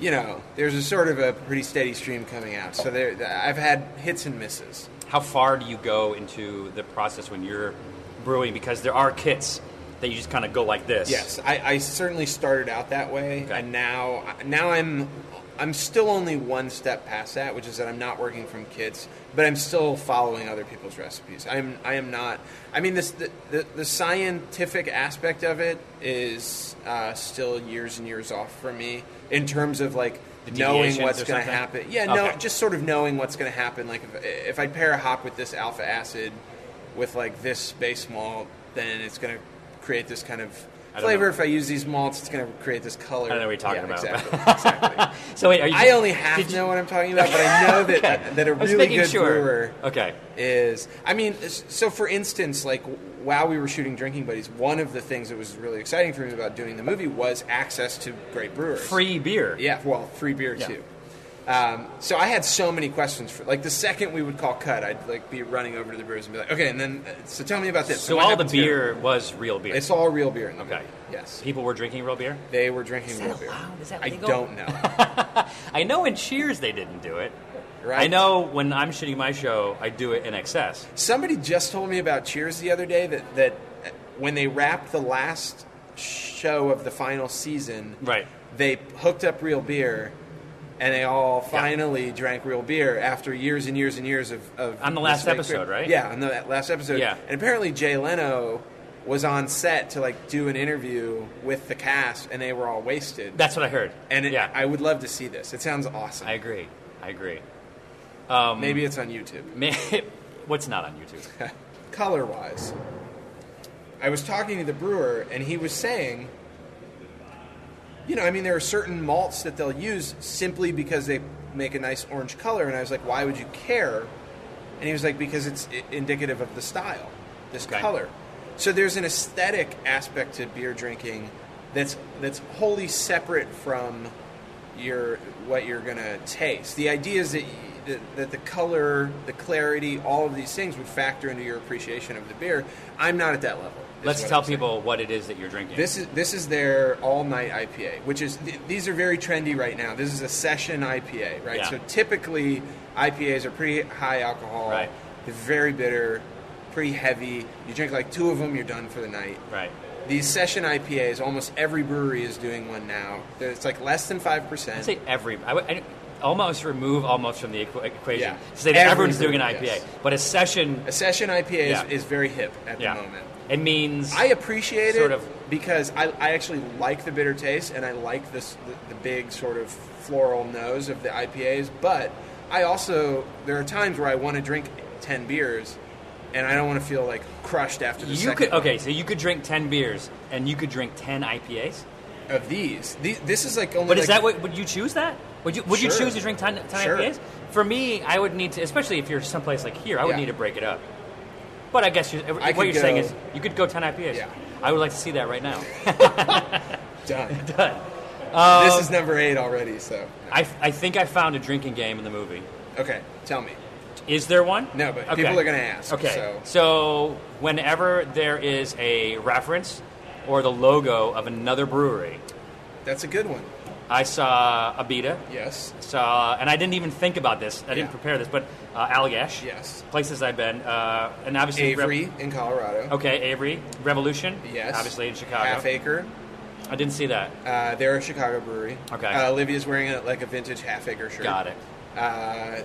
H: you know, there's a sort of a pretty steady stream coming out. So there, I've had hits and misses.
B: how far do you go into the process when you're brewing? Because there are kits that you just kind of go like this.
H: Yes, I, I certainly started out that way,
B: Okay.
H: and now now I'm I'm still only one step past that, which is that I'm not working from kids, but I'm still following other people's recipes. I'm I am not. I mean, this the the, the scientific aspect of it is uh, still years and years off for me in terms of like. Knowing
B: deviations
H: what's
B: or
H: going to
B: something?
H: happen, yeah, no,
B: Okay.
H: just sort of knowing what's going to happen. Like if, if I pair a hop with this alpha acid, with like this base malt, then it's going to create this kind of
B: I don't
H: flavor.
B: know.
H: If I use these malts, it's going to create this color. I
B: don't know what you're talking about.
H: Exactly. exactly.
B: So wait, are you?
H: I only half
B: did you-
H: know what I'm talking about, but I know that that a
B: I was
H: really
B: making
H: good
B: sure.
H: brewer
B: Okay.
H: is. I mean, s- so for instance, like while we were shooting Drinking Buddies, one of the things that was really exciting for me about doing the movie was access to great brewers.
B: Free beer.
H: Yeah, well, free beer
B: Yeah.
H: too. Um, so I had so many questions for like the second we would call cut, I'd like be running over to the brewers and be like, okay, and then uh, so tell me about this.
B: So
H: What
B: all the
H: happens here?"
B: beer was real beer.
H: It's all real beer in the
B: Okay.
H: movie. Yes.
B: People were drinking real beer.
H: They were drinking real
B: that
H: beer.
B: allowed? Is that
H: I
B: legal?
H: don't know.
B: I know in Cheers they didn't do it.
H: Right.
B: I know when I'm shooting my show, I do it in excess.
H: Somebody just told me about Cheers the other day that that when they wrapped the last show of the final season,
B: Right.
H: They hooked up real beer. And they all finally drank real beer after years and years and years of. of
B: On the last
H: this big-
B: episode, right?
H: Yeah, on the last episode.
B: Yeah.
H: And apparently Jay Leno was on set to like do an interview with the cast, and they were all wasted.
B: That's what I heard.
H: and it,
B: yeah,
H: I would love to see this. It sounds awesome.
B: I um, agree. I agree.
H: Maybe it's on YouTube.
B: Man, what's not on YouTube?
H: color wise. I was talking to the brewer, and he was saying, you know, I mean, there are certain malts that they'll use simply because they make a nice orange color. And I was like, why would you care? And he was like, because it's i- indicative of the style, this
B: Okay.
H: color. So there's an aesthetic aspect to beer drinking that's that's wholly separate from your what you're gonna taste. The idea is that y- that, that the color, the clarity, all of these things would factor into your appreciation of the beer. I'm not at that level. is
B: Let's
H: what
B: tell
H: I'm saying.
B: people what it is that you're drinking.
H: This is this is their all night IPA, which is th- these are very trendy right now. This is a session IPA, right?
B: Yeah.
H: So typically IPAs are pretty high alcohol,
B: Right.
H: they're very bitter, pretty heavy. You drink like two of them, you're done for the night.
B: right.
H: These session IPAs, almost every brewery is doing one now. It's like less than five
B: I'd
H: percent.
B: say every. I, would- I almost remove almost from the equ- equation.
H: Yeah.
B: Say that
H: Every
B: everyone's doing an
H: brewery,
B: IPA,
H: yes.
B: but a session.
H: A session IPA
B: Yeah.
H: is, is very hip at
B: yeah.
H: the moment.
B: It means
H: I appreciate
B: Sort
H: it
B: of-
H: because I, I actually like the bitter taste and I like this the, the big sort of floral nose of the IPAs. But I also there are times where I want to drink ten beers and I don't want to feel like crushed after the
B: you
H: second
B: could
H: one
B: okay. So you could drink ten beers and you could drink ten IPAs.
H: of these. The- This is like only.
B: But is
H: like-
B: that what would you choose that? Would you would you
H: Sure.
B: choose to drink 10, 10
H: Sure.
B: IPAs? For me, I would need to, especially if you're someplace like here, I would
H: Yeah.
B: need to break it up. But I guess you're,
H: I
B: what
H: could
B: you're saying
H: go-
B: is you could go ten IPAs.
H: Yeah.
B: I would like to see that right now.
H: done? this is number eight already. So
B: Um, I, I think I found a drinking game in the movie.
H: okay, tell me.
B: Is there one?
H: No, but people are gonna ask,
B: Okay.
H: so-
B: whenever there is a reference or the logo of another brewery,
H: That's a good one.
B: I saw Abita.
H: Yes.
B: So, and I didn't even think about this. I didn't
H: Yeah.
B: prepare this, but uh, Allagash.
H: Yes.
B: Places I've been, uh, and obviously Rev-
H: Avery in Colorado.
B: okay, Avery Revolution.
H: Yes.
B: Obviously in Chicago.
H: Half Acre.
B: I didn't see that.
H: Uh, they're a Chicago brewery.
B: Okay.
H: Uh, Olivia's wearing a, like a vintage half acre shirt.
B: Got it.
H: Uh,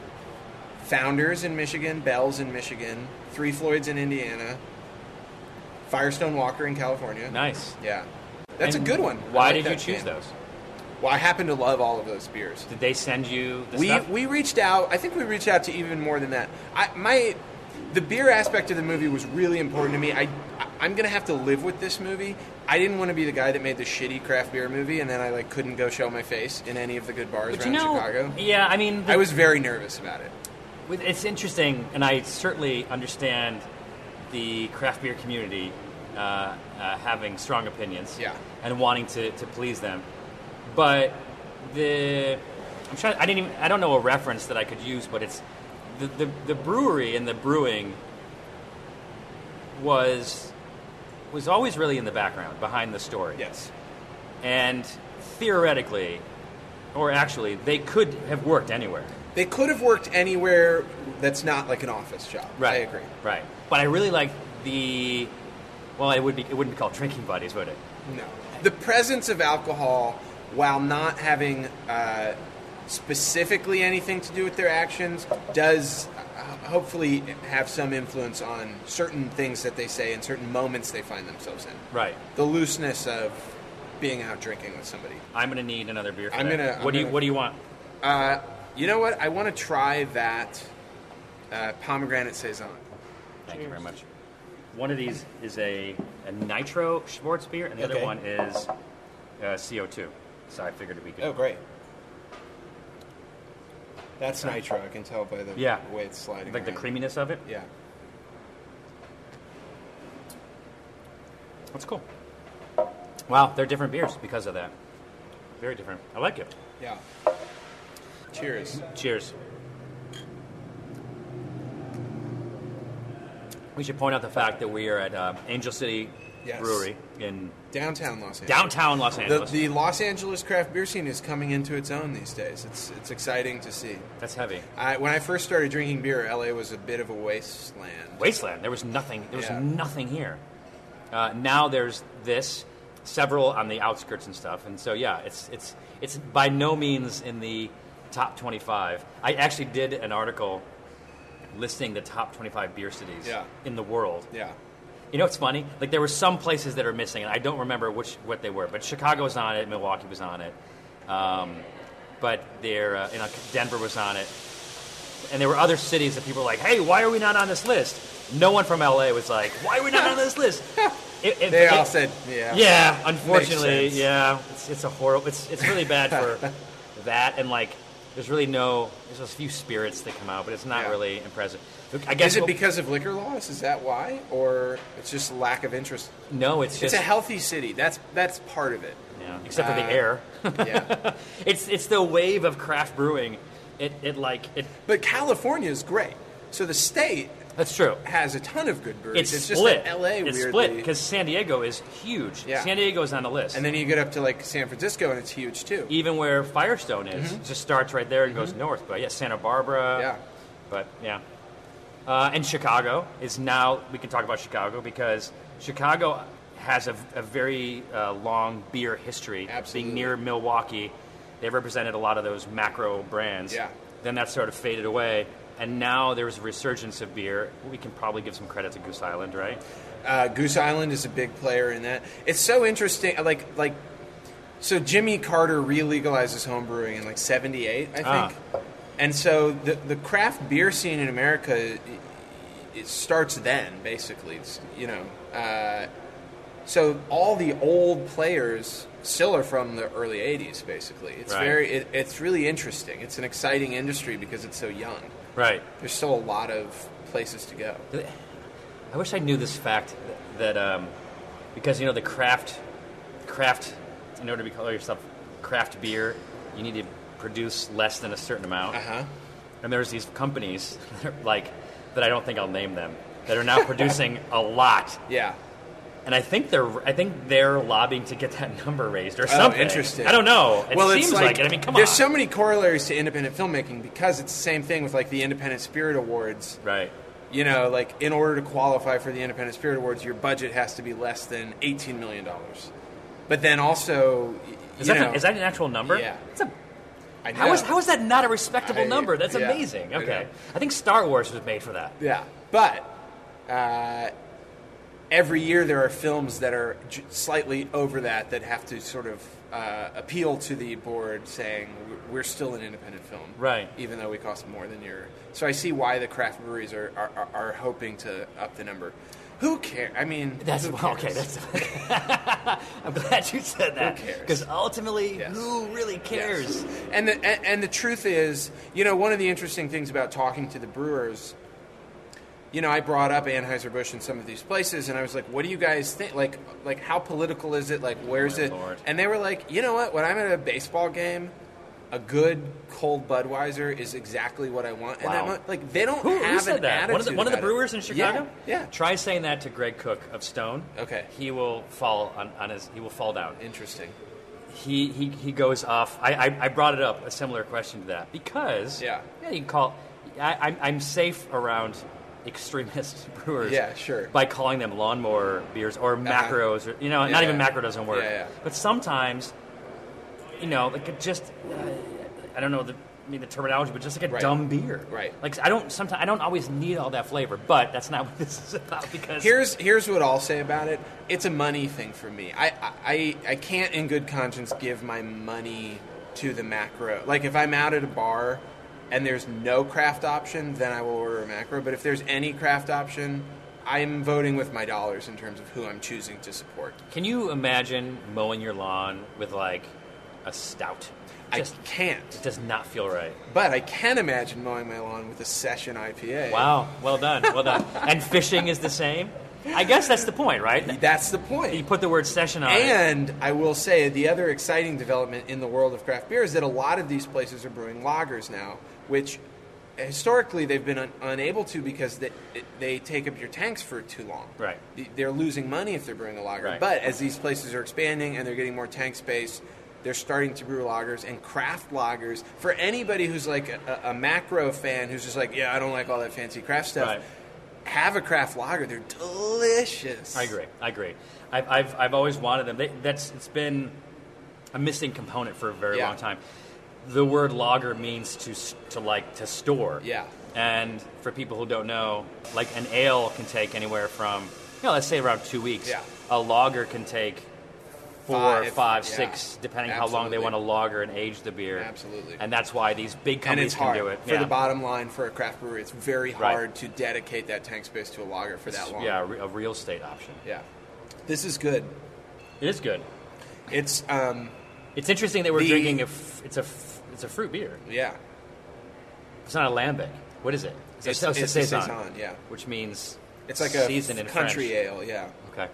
H: Founders in Michigan, Bell's in Michigan, Three Floyds in Indiana, Firestone Walker in California.
B: Nice.
H: Yeah, that's
B: And
H: a good one. I
B: Why
H: like
B: did you
H: that
B: choose
H: game.
B: those?
H: Well, I happen to love all of those beers.
B: Did they send you the
H: we,
B: stuff?
H: We reached out. I think we reached out to even more than that. I, my, the beer aspect of the movie was really important to me. I, I'm gonna have to live with this movie. I didn't want to be the guy that made the shitty craft beer movie, and then I like couldn't go show my face in any of the good bars
B: But you
H: around
B: know-
H: Chicago.
B: Yeah, I mean, the-
H: I was very nervous about it.
B: With- It's interesting, and I certainly understand the craft beer community uh, uh, having strong opinions and wanting to, to please them. But the I'm trying. I didn't. Even, I don't know a reference that I could use, but it's the the, the brewery and the brewing was was always really in the background behind the story.
H: Yes.
B: And theoretically, or actually, they could have worked anywhere.
H: They could have worked anywhere that's not like an office job.
B: Right.
H: I agree.
B: Right. But I really like the. Well, it would be. It wouldn't be called drinking buddies, would it?
H: No. The presence of alcohol, while not having uh, specifically anything to do with their actions, does uh, hopefully have some influence on certain things that they say and certain moments they find themselves in.
B: Right.
H: The looseness of being out drinking with somebody.
B: I'm gonna need another beer. For
H: I'm
B: that.
H: gonna.
B: What do you What do you want?
H: Uh, you know what? I want to try that uh, pomegranate saison.
B: Thank you very much. One of these is a, a nitro Schwartz beer, and the
H: Okay.
B: other one is uh, CO2. So I figured it'd be good.
H: Oh, great. That's nitro. I can tell by the
B: Yeah.
H: way it's sliding.
B: Like the
H: around.
B: creaminess of it.
H: Yeah.
B: That's cool. Wow, they're different beers because of that. Very different. I like it.
H: Yeah. Cheers.
B: Cheers. We should point out the fact that we are at uh, Angel City
H: Yes.
B: Brewery in
H: Downtown Los Angeles.
B: downtown Los Angeles.
H: The, the Los Angeles craft beer scene is coming into its own these days. It's it's exciting to see.
B: That's heavy.
H: I, when I first started drinking beer, LA was a bit of a wasteland.
B: Wasteland. There was nothing. There was
H: Yeah.
B: nothing here. Uh, now there's this, several on the outskirts and stuff. And so yeah, it's it's it's by no means in the top 25. I actually did an article listing the top 25 beer cities
H: Yeah.
B: in the world.
H: Yeah.
B: You know what's funny? Like there were some places that are missing, and I don't remember which what they were. But Chicago was on it, Milwaukee was on it, um, but there, uh, you know, Denver was on it, and there were other cities that people were like, "Hey, why are we not on this list?" No one from LA was like, "Why are we not on this list?" It- it-
H: They all
B: it-
H: said, yeah.
B: yeah,
H: Makes
B: unfortunately,
H: sense.
B: yeah, it's, it's a horrible. It's it's really bad for that, and like, there's really no. There's a few spirits that come out, but it's not
H: Yeah.
B: really impressive. I guess
H: is it
B: what-
H: because of liquor laws? Is that why, or it's just lack of interest?
B: No, it's
H: it's
B: just-
H: a healthy city. That's that's part of it.
B: Yeah, except for the
H: Uh,
B: air.
H: yeah.
B: It's it's the wave of craft brewing. It, it like it.
H: But California is great. So the state.
B: That's true.
H: Has a ton of good breweries.
B: It's,
H: It's, just
B: split.
H: that LA.
B: it's
H: weirdly,
B: split because San Diego is huge.
H: Yeah.
B: San Diego's on the list.
H: And then you get up to like San Francisco, and it's huge too.
B: Even where Firestone is,
H: Mhm.
B: it just starts right there and goes north. But yeah, Santa Barbara. Mm-hmm. Yeah. But yeah. Uh, and Chicago is now, we can talk about Chicago because Chicago has a, a very uh, long beer history. Being near Milwaukee, they represented a lot of those macro brands.
H: Yeah.
B: Then that sort of faded away. And now there's a resurgence of beer. We can probably give some credit to Goose Island, right?
H: Uh, Goose Island is a big player in that. It's so interesting. Like like, so Jimmy Carter re-legalizes home brewing in like '78, I think.
B: Ah.
H: And so the the craft beer scene in America, it, it starts then basically. It's, you know, uh, so all the old players still are from the early '80s. Basically, it's
B: Right.
H: very it, it's really interesting. It's an exciting industry because it's so young.
B: Right.
H: There's still a lot of places to go.
B: I wish I knew this fact that um, because you know the craft craft in order to call yourself craft beer, you need to produce less than a certain amount.
H: Uh-huh.
B: And there's these companies that are, like that I don't think I'll name them that are now producing a lot.
H: Yeah.
B: And I think they're I think they're lobbying to get that number raised or
H: Oh,
B: something.
H: interesting.
B: I don't know. It
H: well,
B: seems
H: it's
B: like, it. I mean, come on.
H: There's so many corollaries to independent filmmaking because it's the same thing with like the Independent Spirit Awards.
B: Right.
H: You know, like in order to qualify for the Independent Spirit Awards, your budget has to be less than eighteen million dollars. But then also, y-
B: Is
H: you
B: that,
H: know,
B: an, is that an actual number?
H: Yeah.
B: It's a,
H: I
B: how,
H: know.
B: is, how is that not a respectable
H: I-
B: number? That's
H: yeah,
B: amazing.
H: I
B: Okay.
H: know.
B: I think Star Wars was made for that.
H: Yeah, but uh, every year there are films that are j- slightly over that that have to sort of uh, appeal to the board, saying "We're- we're still an independent film,
B: Right.
H: Even though we cost more than your. So I see why the craft breweries are are, are- are hoping to up the number. Who cares? I mean,
B: That's-
H: who
B: well, okay,
H: cares?
B: I'm glad you said that.
H: Who cares?
B: Because ultimately, who really cares?
H: And the and, and the truth is, you know, one of the interesting things about talking to the brewers, you know, I brought up Anheuser Busch in some of these places, and I was like, "What do you guys think? Like, like how political is it? Like, where's
B: Oh,
H: it?" And they were like, "You know what? When I'm at a baseball game." A good cold Budweiser is exactly what I want, and
B: Wow.
H: that mu- like they don't
B: Who, who
H: have
B: said
H: an
B: that?
H: attitude.
B: One of the, one of the
H: about it.
B: brewers in Chicago.
H: Yeah, yeah.
B: Try saying that to Greg Cook of Stone. Okay. He will fall on, on his. He will fall down.
H: Interesting.
B: He he, he goes off. I, I I brought it up a similar question to that because yeah yeah you can call. I, I'm I'm safe around extremist brewers.
H: Yeah, sure. Uh-huh.
B: By calling them lawnmower beers or macros or you know
H: Yeah,
B: not even
H: yeah.
B: macro doesn't work.
H: Yeah, yeah.
B: But sometimes you know, like a just uh, I don't know the I mean the terminology, but just like a
H: Right.
B: dumb beer.
H: Right.
B: Like I don't sometimes I don't always need all that flavor, but that's not what this is about because
H: Here's here's what I'll say about it. It's a money thing for me. I I, I can't in good conscience give my money to the macro. Like if I'm out at a bar and there's no craft option, then I will order a macro. But if there's any craft option, I'm voting with my dollars in terms of who I'm choosing to support.
B: can you imagine mowing your lawn with like a stout?
H: I
B: Just
H: can't.
B: It does not feel right.
H: But I can imagine mowing my lawn with a session IPA.
B: Wow. Well done. Well done. and fishing is the same. I guess that's the point, right?
H: That's the point.
B: You put the word session on it.
H: And I will say the other exciting development in the world of craft beer is that a lot of these places are brewing lagers now, which historically they've been un- unable to because they, they take up your tanks for too long.
B: Right.
H: They're losing money if they're brewing a lager.
B: Right.
H: But as these places are expanding and they're getting more tank space, they're starting to brew lagers and craft lagers. For anybody who's like a, a macro fan who's just like, yeah, I don't like all that fancy craft stuff,
B: Right.
H: have a craft lager. They're delicious.
B: I agree. I agree. I've, I've, I've always wanted them. They, that's it's been a missing component for a very
H: Yeah.
B: long time. The word lager means to s- to like to store.
H: Yeah.
B: And for people who don't know, like an ale can take anywhere from you know let's say around two weeks.
H: Yeah.
B: A lager can take four,
H: Five,
B: five,
H: yeah.
B: six, depending how long they
H: Absolutely.
B: want to lager and age the beer.
H: Absolutely.
B: And that's why these big
H: and
B: companies
H: it's hard
B: can do it.
H: for
B: Yeah.
H: the bottom line for a craft brewery. It's very
B: Right.
H: hard to dedicate that tank space to a lager for that long.
B: Yeah, a re- a real estate option.
H: yeah. This is good.
B: It is good.
H: It's um,
B: It's interesting that we're
H: The-
B: drinking a. F- it's a. F- it's a fruit beer.
H: Yeah.
B: It's not a lambic. What is it?
H: It's-
B: a
H: it's a saison, yeah.
B: Which means
H: It's like a
B: seasoned in
H: country
B: French.
H: ale, yeah.
B: Okay.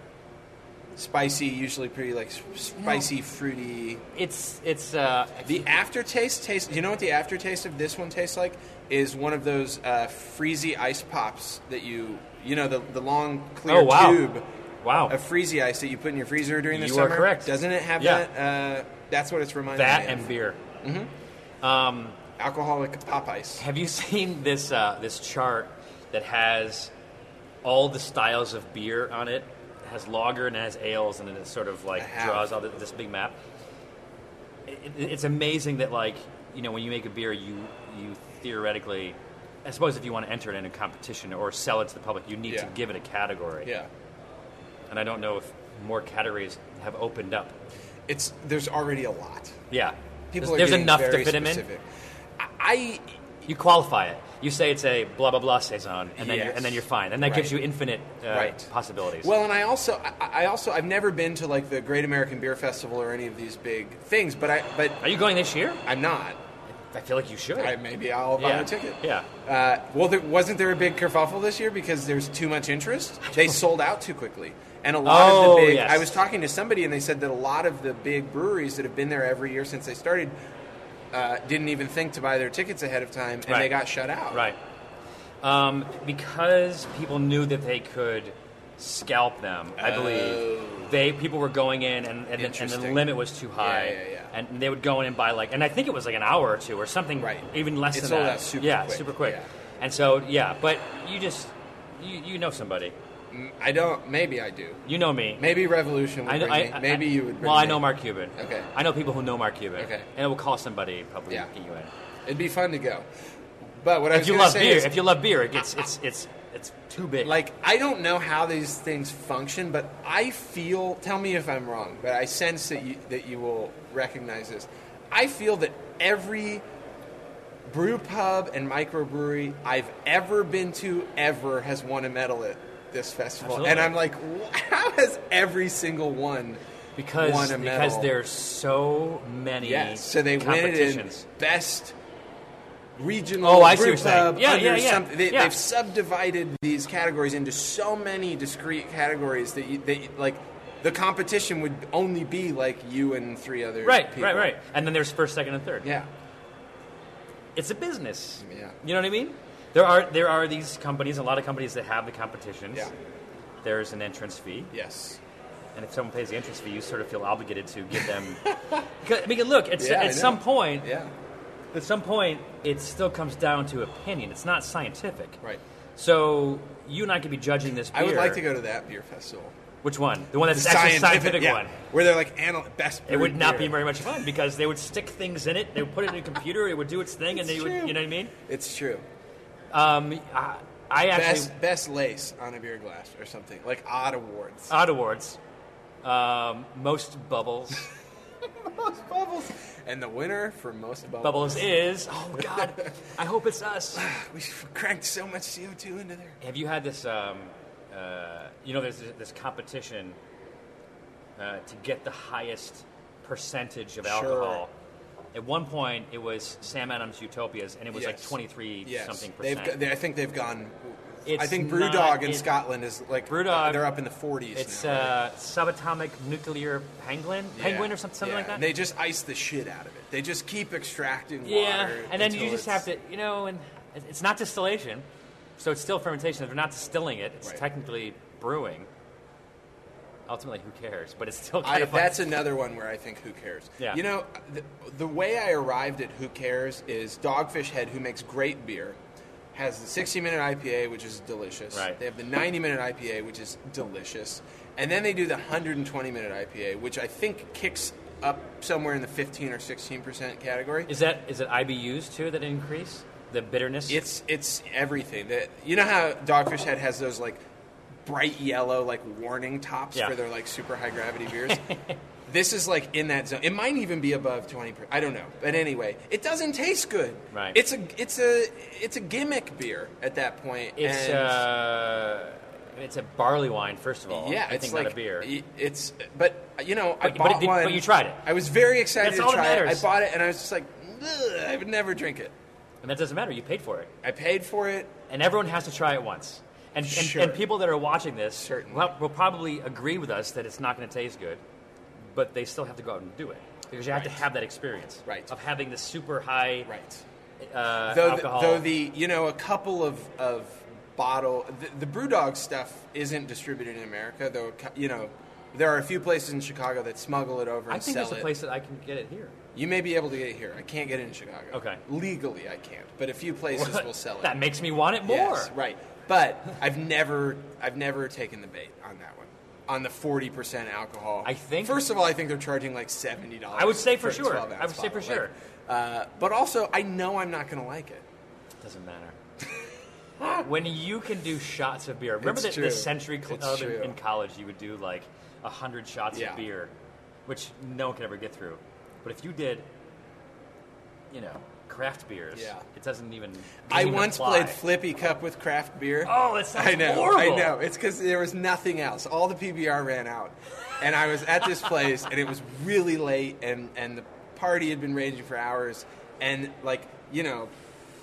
H: Spicy, usually pretty like s- spicy, fruity.
B: It's it's uh,
H: the aftertaste tastes. You know what the aftertaste of this one tastes like? Is one of those uh, freezy ice pops that you you know the the long clear
B: Oh, wow.
H: tube.
B: Wow.
H: Of freezy ice that you put in your freezer during the
B: You are
H: summer.
B: correct.
H: Doesn't it have
B: Yeah.
H: that? Uh, that's what it's reminding
B: That
H: me of.
B: and beer.
H: Mm-hmm.
B: Um,
H: Alcoholic pop ice.
B: Have you seen this uh, this chart that has all the styles of beer on it? It has lager and it has ales, and then it sort of like
H: have.
B: draws all the, this big map. It, it- it's amazing that like you know when you make a beer, you you theoretically, I suppose if you want to enter it in a competition or sell it to the public, you need to
H: Yeah.
B: give it a category.
H: Yeah.
B: And I don't know if more categories have opened up.
H: It's there's already a lot.
B: Yeah.
H: People
B: there's
H: are
B: there's
H: getting
B: enough
H: very
B: to fit him in.
H: specific. I
B: you qualify it. You say it's a blah blah blah saison, and then you're,
H: Yes.
B: and then you're fine, and that gives
H: Right.
B: you infinite uh,
H: Right.
B: possibilities.
H: Well, and I also, I, I also, I've never been to like the Great American Beer Festival or any of these big things, but I, but
B: are you going this year?
H: I'm not.
B: I feel like you should.
H: I, maybe I'll buy
B: yeah.
H: a ticket.
B: Yeah.
H: Uh, well, there, wasn't there a big kerfuffle this year because there's too much interest? They sold out too quickly, and a lot
B: Oh,
H: of the big.
B: yes.
H: I was talking to somebody, and they said that a lot of the big breweries that have been there every year since they started uh, didn't even think to buy their tickets ahead of time, and they
B: Right.
H: got shut out.
B: Right. Um, because people knew that they could scalp them, I believe. They people were going in and, and, the, and the
H: Oh. Interesting.
B: limit was too high.
H: Yeah, yeah,
B: And they would go in and buy like and I think it was like an hour or two or something right. even less
H: It
B: than
H: sold
B: that.
H: out super
B: yeah,
H: quick,
B: super quick.
H: yeah.
B: And so yeah, but you just you, you know somebody.
H: I don't maybe I do.
B: You know me.
H: Maybe Revolution would
B: I know,
H: bring
B: I-
H: me. Maybe
B: I-
H: you would. Bring
B: Well, I
H: me.
B: know Mark Cuban.
H: Okay.
B: I know people who know Mark Cuban.
H: Okay.
B: And it will call somebody probably
H: Yeah.
B: to get you in.
H: It'd be fun to go. But what I
B: if
H: was
B: you
H: gonna
B: love
H: say
B: beer,
H: is-
B: if you love beer, it gets it's it's It's too big.
H: Like I don't know how these things function, but I feel. Tell me if I'm wrong, but I sense that you that you will recognize this. I feel that every brew pub and microbrewery I've ever been to ever has won a medal at this festival,
B: Absolutely.
H: and I'm like, how has every single one
B: because
H: won a medal?
B: because there's so many.
H: Yes, so they win it in
B: competitions.
H: best regional
B: Oh, I see
H: brew
B: what you're saying.
H: pub
B: Yeah,
H: under
B: yeah, yeah,
H: something. They,
B: yeah.
H: They've subdivided these categories into so many discrete categories that you, that you, like the competition would only be like you and three other
B: Right,
H: people.
B: right, right. And then there's first, second, and third.
H: Yeah.
B: It's a business.
H: Yeah.
B: You know what I mean? There are there are these companies, a lot of companies that have the competitions.
H: Yeah.
B: There's an entrance fee.
H: Yes.
B: And if someone pays the entrance fee, you sort of feel obligated to give them. 'Cause, I mean, look, it's,
H: Yeah, I
B: at some
H: know.
B: point,
H: Yeah.
B: at some point, it still comes down to opinion. It's not scientific.
H: Right.
B: So you and I could be judging this. Beer.
H: I would like to go to that beer festival.
B: Which one? The one that's actually scientific
H: yeah,
B: one.
H: where they're like anal- best.
B: It would
H: brewed
B: not be
H: beer.
B: very much fun because they would stick things in it. They would put it in a computer. It would do its thing, and they
H: It's
B: would.
H: true.
B: You know what I mean?
H: It's true.
B: Um, I, I actually
H: best best lace on a beer glass or something like odd awards.
B: odd awards. Um, most bubbles.
H: most bubbles. And the winner for most bubbles,
B: bubbles is. Oh God. I hope it's us.
H: we cranked so much CO2 into there.
B: Have you had this? Um, uh, you know, there's this, this competition uh, to get the highest percentage of
H: Sure.
B: alcohol. At one point, it was Sam Adams Utopias, and it was like
H: Yes.
B: 23
H: Yes.
B: something
H: They've
B: percent.
H: go- they, I think they've gone. I
B: It's
H: think
B: not-
H: BrewDog in
B: it-
H: Scotland is like
B: BrewDog,
H: They're up in the 40s.
B: it's
H: now, right?
B: uh, subatomic nuclear penguin,
H: Yeah.
B: penguin or something, something
H: Yeah.
B: like that.
H: And they just ice the shit out of it. They just keep extracting water.
B: yeah, and then you
H: until
B: just have
H: it's-
B: to, you know, and it- it's not distillation, so it's still fermentation. They're not distilling it; it's
H: Right.
B: technically brewing. Ultimately, who cares? But it's still kind
H: I,
B: of fun.
H: that's another one where I think who cares.
B: Yeah.
H: You know, the, the way I arrived at who cares is Dogfish Head, who makes great beer, has the 60 minute IPA, which is delicious.
B: Right.
H: They have the 90 minute IPA, which is delicious. And then they do the 120 minute IPA, which I think kicks up somewhere in the 15 or 16% category.
B: Is that is it IBUs too that increase the bitterness?
H: It's it's everything. That you know how Dogfish Head has those like bright yellow like warning tops
B: Yeah.
H: for their like super high gravity beers. this is like in that zone. It might even be above twenty. Per- I don't know, but anyway, it doesn't taste good.
B: Right.
H: It's a it's a it's a gimmick beer at that point.
B: it's
H: and
B: uh, it's a barley wine first of all.
H: yeah,
B: I
H: it's
B: think
H: like
B: not a beer.
H: y- It's but you know I
B: But- but
H: bought
B: it did-
H: one.
B: but you tried it.
H: I was very excited
B: That's
H: to
B: all that
H: try it. I
B: matters.
H: bought it and I was just like, "Ugh, I would never drink it.
B: and that doesn't matter. You paid for it,
H: I paid for it.
B: and everyone has to try it once. And and,
H: Sure.
B: and people that are watching this
H: Certainly.
B: will, will probably agree with us that it's not going to taste good, but they still have to go out and do it because you have to have that experience
H: Right.
B: of having the super high
H: Right.
B: uh,
H: though,
B: alcohol.
H: The, though the you know a couple of of bottle the, the BrewDog stuff isn't distributed in America though it co- you know there are a few places in Chicago that smuggle it over and
B: I think
H: sell
B: there's a
H: it.
B: place that I can get it here.
H: You may be able to get it here. I can't get it in Chicago.
B: Okay.
H: Legally, I can't, but a few places will sell it.
B: that makes me want it more.
H: Yes, right. But I've never I've never taken the bait on that one. On the forty percent alcohol,
B: I think-
H: First of all, I think they're charging like seventy dollars.
B: I would say for
H: a
B: sure.
H: 12 -ounce
B: I would say for
H: bottle,
B: sure.
H: Like, uh, but also, I know I'm not going to like it.
B: Doesn't matter. when you can do shots of beer, remember
H: It's
B: the,
H: true.
B: the Century
H: It's
B: Club in,
H: true.
B: in college? You would do like a hundred shots
H: Yeah.
B: of beer, which no one could ever get through. But if you did, you know, craft beers,
H: Yeah.
B: it doesn't even.
H: I
B: doesn't even
H: once
B: apply.
H: played Flippy Cup with craft beer.
B: Oh, that sounds
H: I know, I
B: horrible.
H: know. It's because there was nothing else. All the PBR ran out, and I was at this place, and it was really late, and and the party had been raging for hours, and like you know.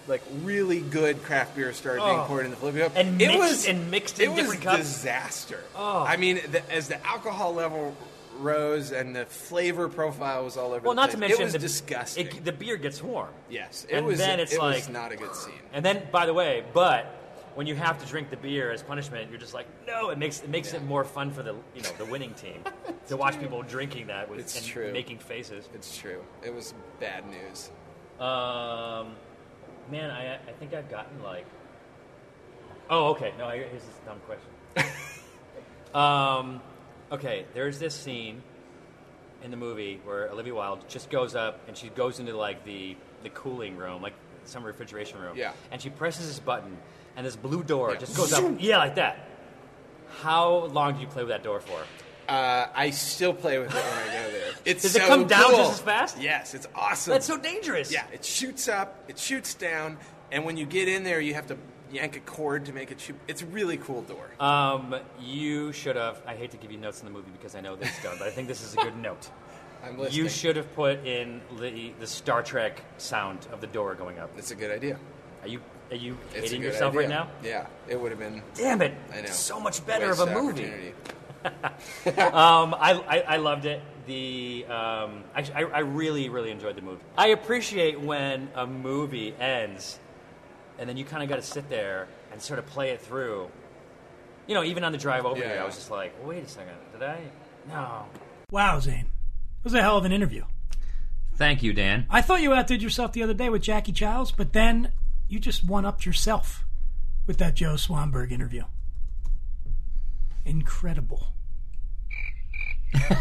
H: Like really good craft beer started being
B: Oh.
H: poured in the Flippy Cup,
B: And
H: it
B: mixed-
H: was
B: and mixed
H: It
B: in
H: was
B: different cups. Oh.
H: disaster. I mean, the, as the alcohol level rose and the flavor profile was all over.
B: Well,
H: the
B: not to
H: place,
B: mention
H: it was
B: the,
H: disgusting.
B: it- the beer gets warm.
H: yes, it
B: and
H: was.
B: then it's
H: it was
B: like-
H: not a good scene.
B: And then, by the way, but when you have to drink the beer as punishment, you're just like, no. It makes it makes it more fun for the you know the winning team to watch people drinking that with
H: It's
B: and
H: true.
B: making faces.
H: It's true. It was bad news.
B: Um, man, I I think I've gotten like. Oh, okay. No, I- here's this dumb question. um, okay, there's this scene in the movie where Olivia Wilde just goes up and she goes into like the the cooling room, like
I: some refrigeration room.
H: Yeah.
I: And she presses this button, and this blue door just goes up.
H: Zoom.
I: Yeah, like that. How long do you play with that door for?
H: Uh, I still play with it when I go there. It's
I: Does it
H: so
I: come down
H: cool.
I: just as fast?
H: Yes, it's awesome.
I: That's so dangerous.
H: Yeah, it shoots up, it shoots down, and when you get in there, you have to yank a cord to make it shoot. It's a really cool door.
I: Um, you should have. I hate to give you notes in the movie because I know this is done, but I think this is a good note.
H: I'm
I: You
H: listening.
I: should have put in the, the Star Trek sound of the door going up.
H: That's a good idea.
I: Are you are you
H: It's a
I: hating
H: good
I: yourself right
H: idea.
I: now?
H: Yeah, it would have been.
I: Damn it!
H: I know.
I: So much better
H: Waste
I: of a
H: of
I: movie.
H: opportunity.
I: um, I, I I loved it. The um, I, I I really really enjoyed the movie. I appreciate when a movie ends, and then you kind of got to sit there and sort of play it through. You know, even on the drive over
H: Yeah,
I: here,
H: yeah.
I: I was just like, wait a second, did I? No.
C: Wow, Zane. It was a hell of an interview.
B: Thank you, Dan.
C: I thought you outdid yourself the other day with Jackie Childs, but then you just one upped yourself with that Joe Swanberg interview. Incredible.
B: Well,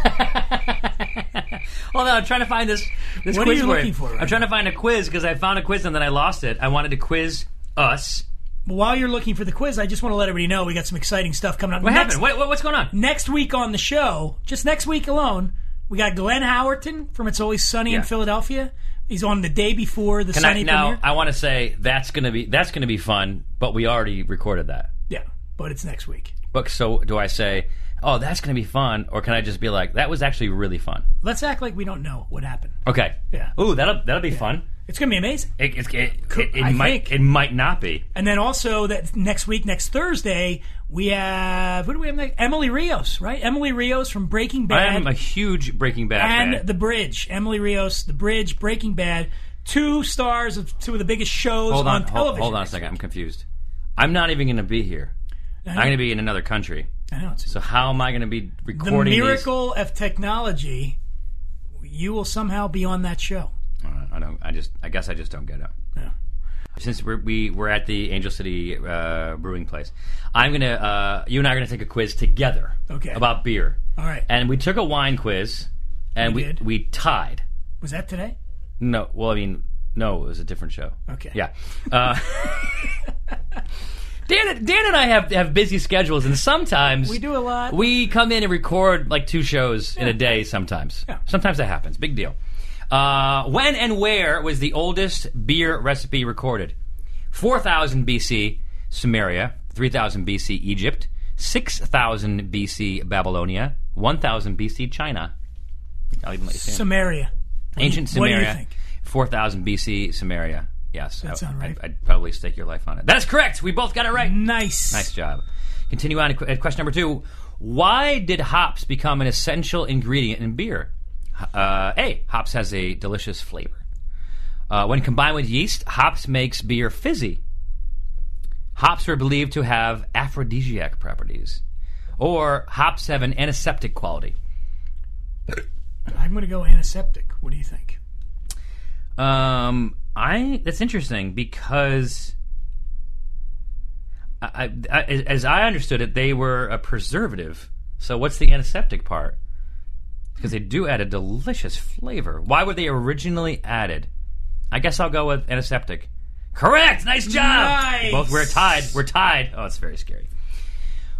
B: no, I'm trying to find this this
C: What are
B: quiz
C: you
B: for
C: looking for right
B: I'm trying to find a quiz because I found a quiz and then I lost it. I wanted to quiz us.
C: But while you're looking for the quiz, I just want to let everybody know we got some exciting stuff coming up.
B: What
C: next,
B: happened? What, what, what's going on?
C: Next week on the show, just next week alone, we got Glenn Howerton from It's Always Sunny
B: Yeah.
C: in Philadelphia. He's on the day before the
B: Can
C: Sunny
B: I, now
C: premiere.
B: I want to say that's gonna be that's gonna be fun, but we already recorded that.
C: yeah, but it's next week.
B: But so do I say, oh, that's gonna be fun, or can I just be like, that was actually really fun?
C: Let's act like we don't know what happened.
B: Okay.
C: Yeah.
B: Ooh, that'll that'll be fun.
C: It's going to be amazing.
B: It, it, it, it,
C: I
B: it might
C: think.
B: it might not be.
C: And then also that next week, next Thursday, we have who do we have next? Emily Rios, right? Emily Rios from Breaking
B: I
C: Bad
B: am a huge Breaking Bad
C: and
B: fan.
C: The Bridge. Emily Rios, The Bridge, Breaking Bad, two stars of two of the biggest shows
B: hold on, hold,
C: television.
B: hold on a second. I'm confused. I'm not even gonna be here. I'm gonna be in another country.
C: I know it's
B: So how am I gonna be
C: the
B: recording these?
C: miracle of technology. You will somehow be on that show.
B: Uh, I don't. I just. I guess I just don't get it.
C: Yeah.
B: Since we're, we we're at the Angel City uh, Brewing Place, I'm gonna. Uh, you and I are gonna take a quiz together.
C: Okay.
B: About beer.
C: All right.
B: And we took a wine quiz, and
C: We
B: we
C: did.
B: we tied.
C: Was that today?
B: No. Well, I mean, no, it was a different show.
C: Okay.
B: Yeah. Uh, Dan, Dan and I have, have busy schedules, and sometimes
C: We do a lot.
B: We come in and record like two shows in a day. Sometimes,
C: Yeah.
B: sometimes that happens. Big deal. Uh, when and where was the oldest beer recipe recorded? Four thousand BC Samaria, three thousand BC Egypt, six thousand BC Babylonia, one thousand BC China. I'll even let you say it.
C: Samaria.
B: Ancient
C: What do you
B: Samaria,
C: think?
B: 4000 BC Samaria. Yes,
C: That
B: I-
C: sound right?
B: I'd, I'd probably stake your life on it. That's correct. We both got it right.
C: Nice.
B: Nice job. Continue on to qu- uh, question number two. Why did hops become an essential ingredient in beer? Uh, a. Hops has a delicious flavor. Uh, when combined with yeast, hops makes beer fizzy. Hops were believed to have aphrodisiac properties, or hops have an antiseptic quality.
C: I'm going to go antiseptic. What do you think?
B: Um, I that's interesting because I, I, I, as I understood it, they were a preservative. So what's the antiseptic part? Because they do add a delicious flavor. Why were they originally added? I guess I'll go with antiseptic. Correct. Nice job.
C: Nice.
B: Both we're tied. We're tied. Oh, it's very scary.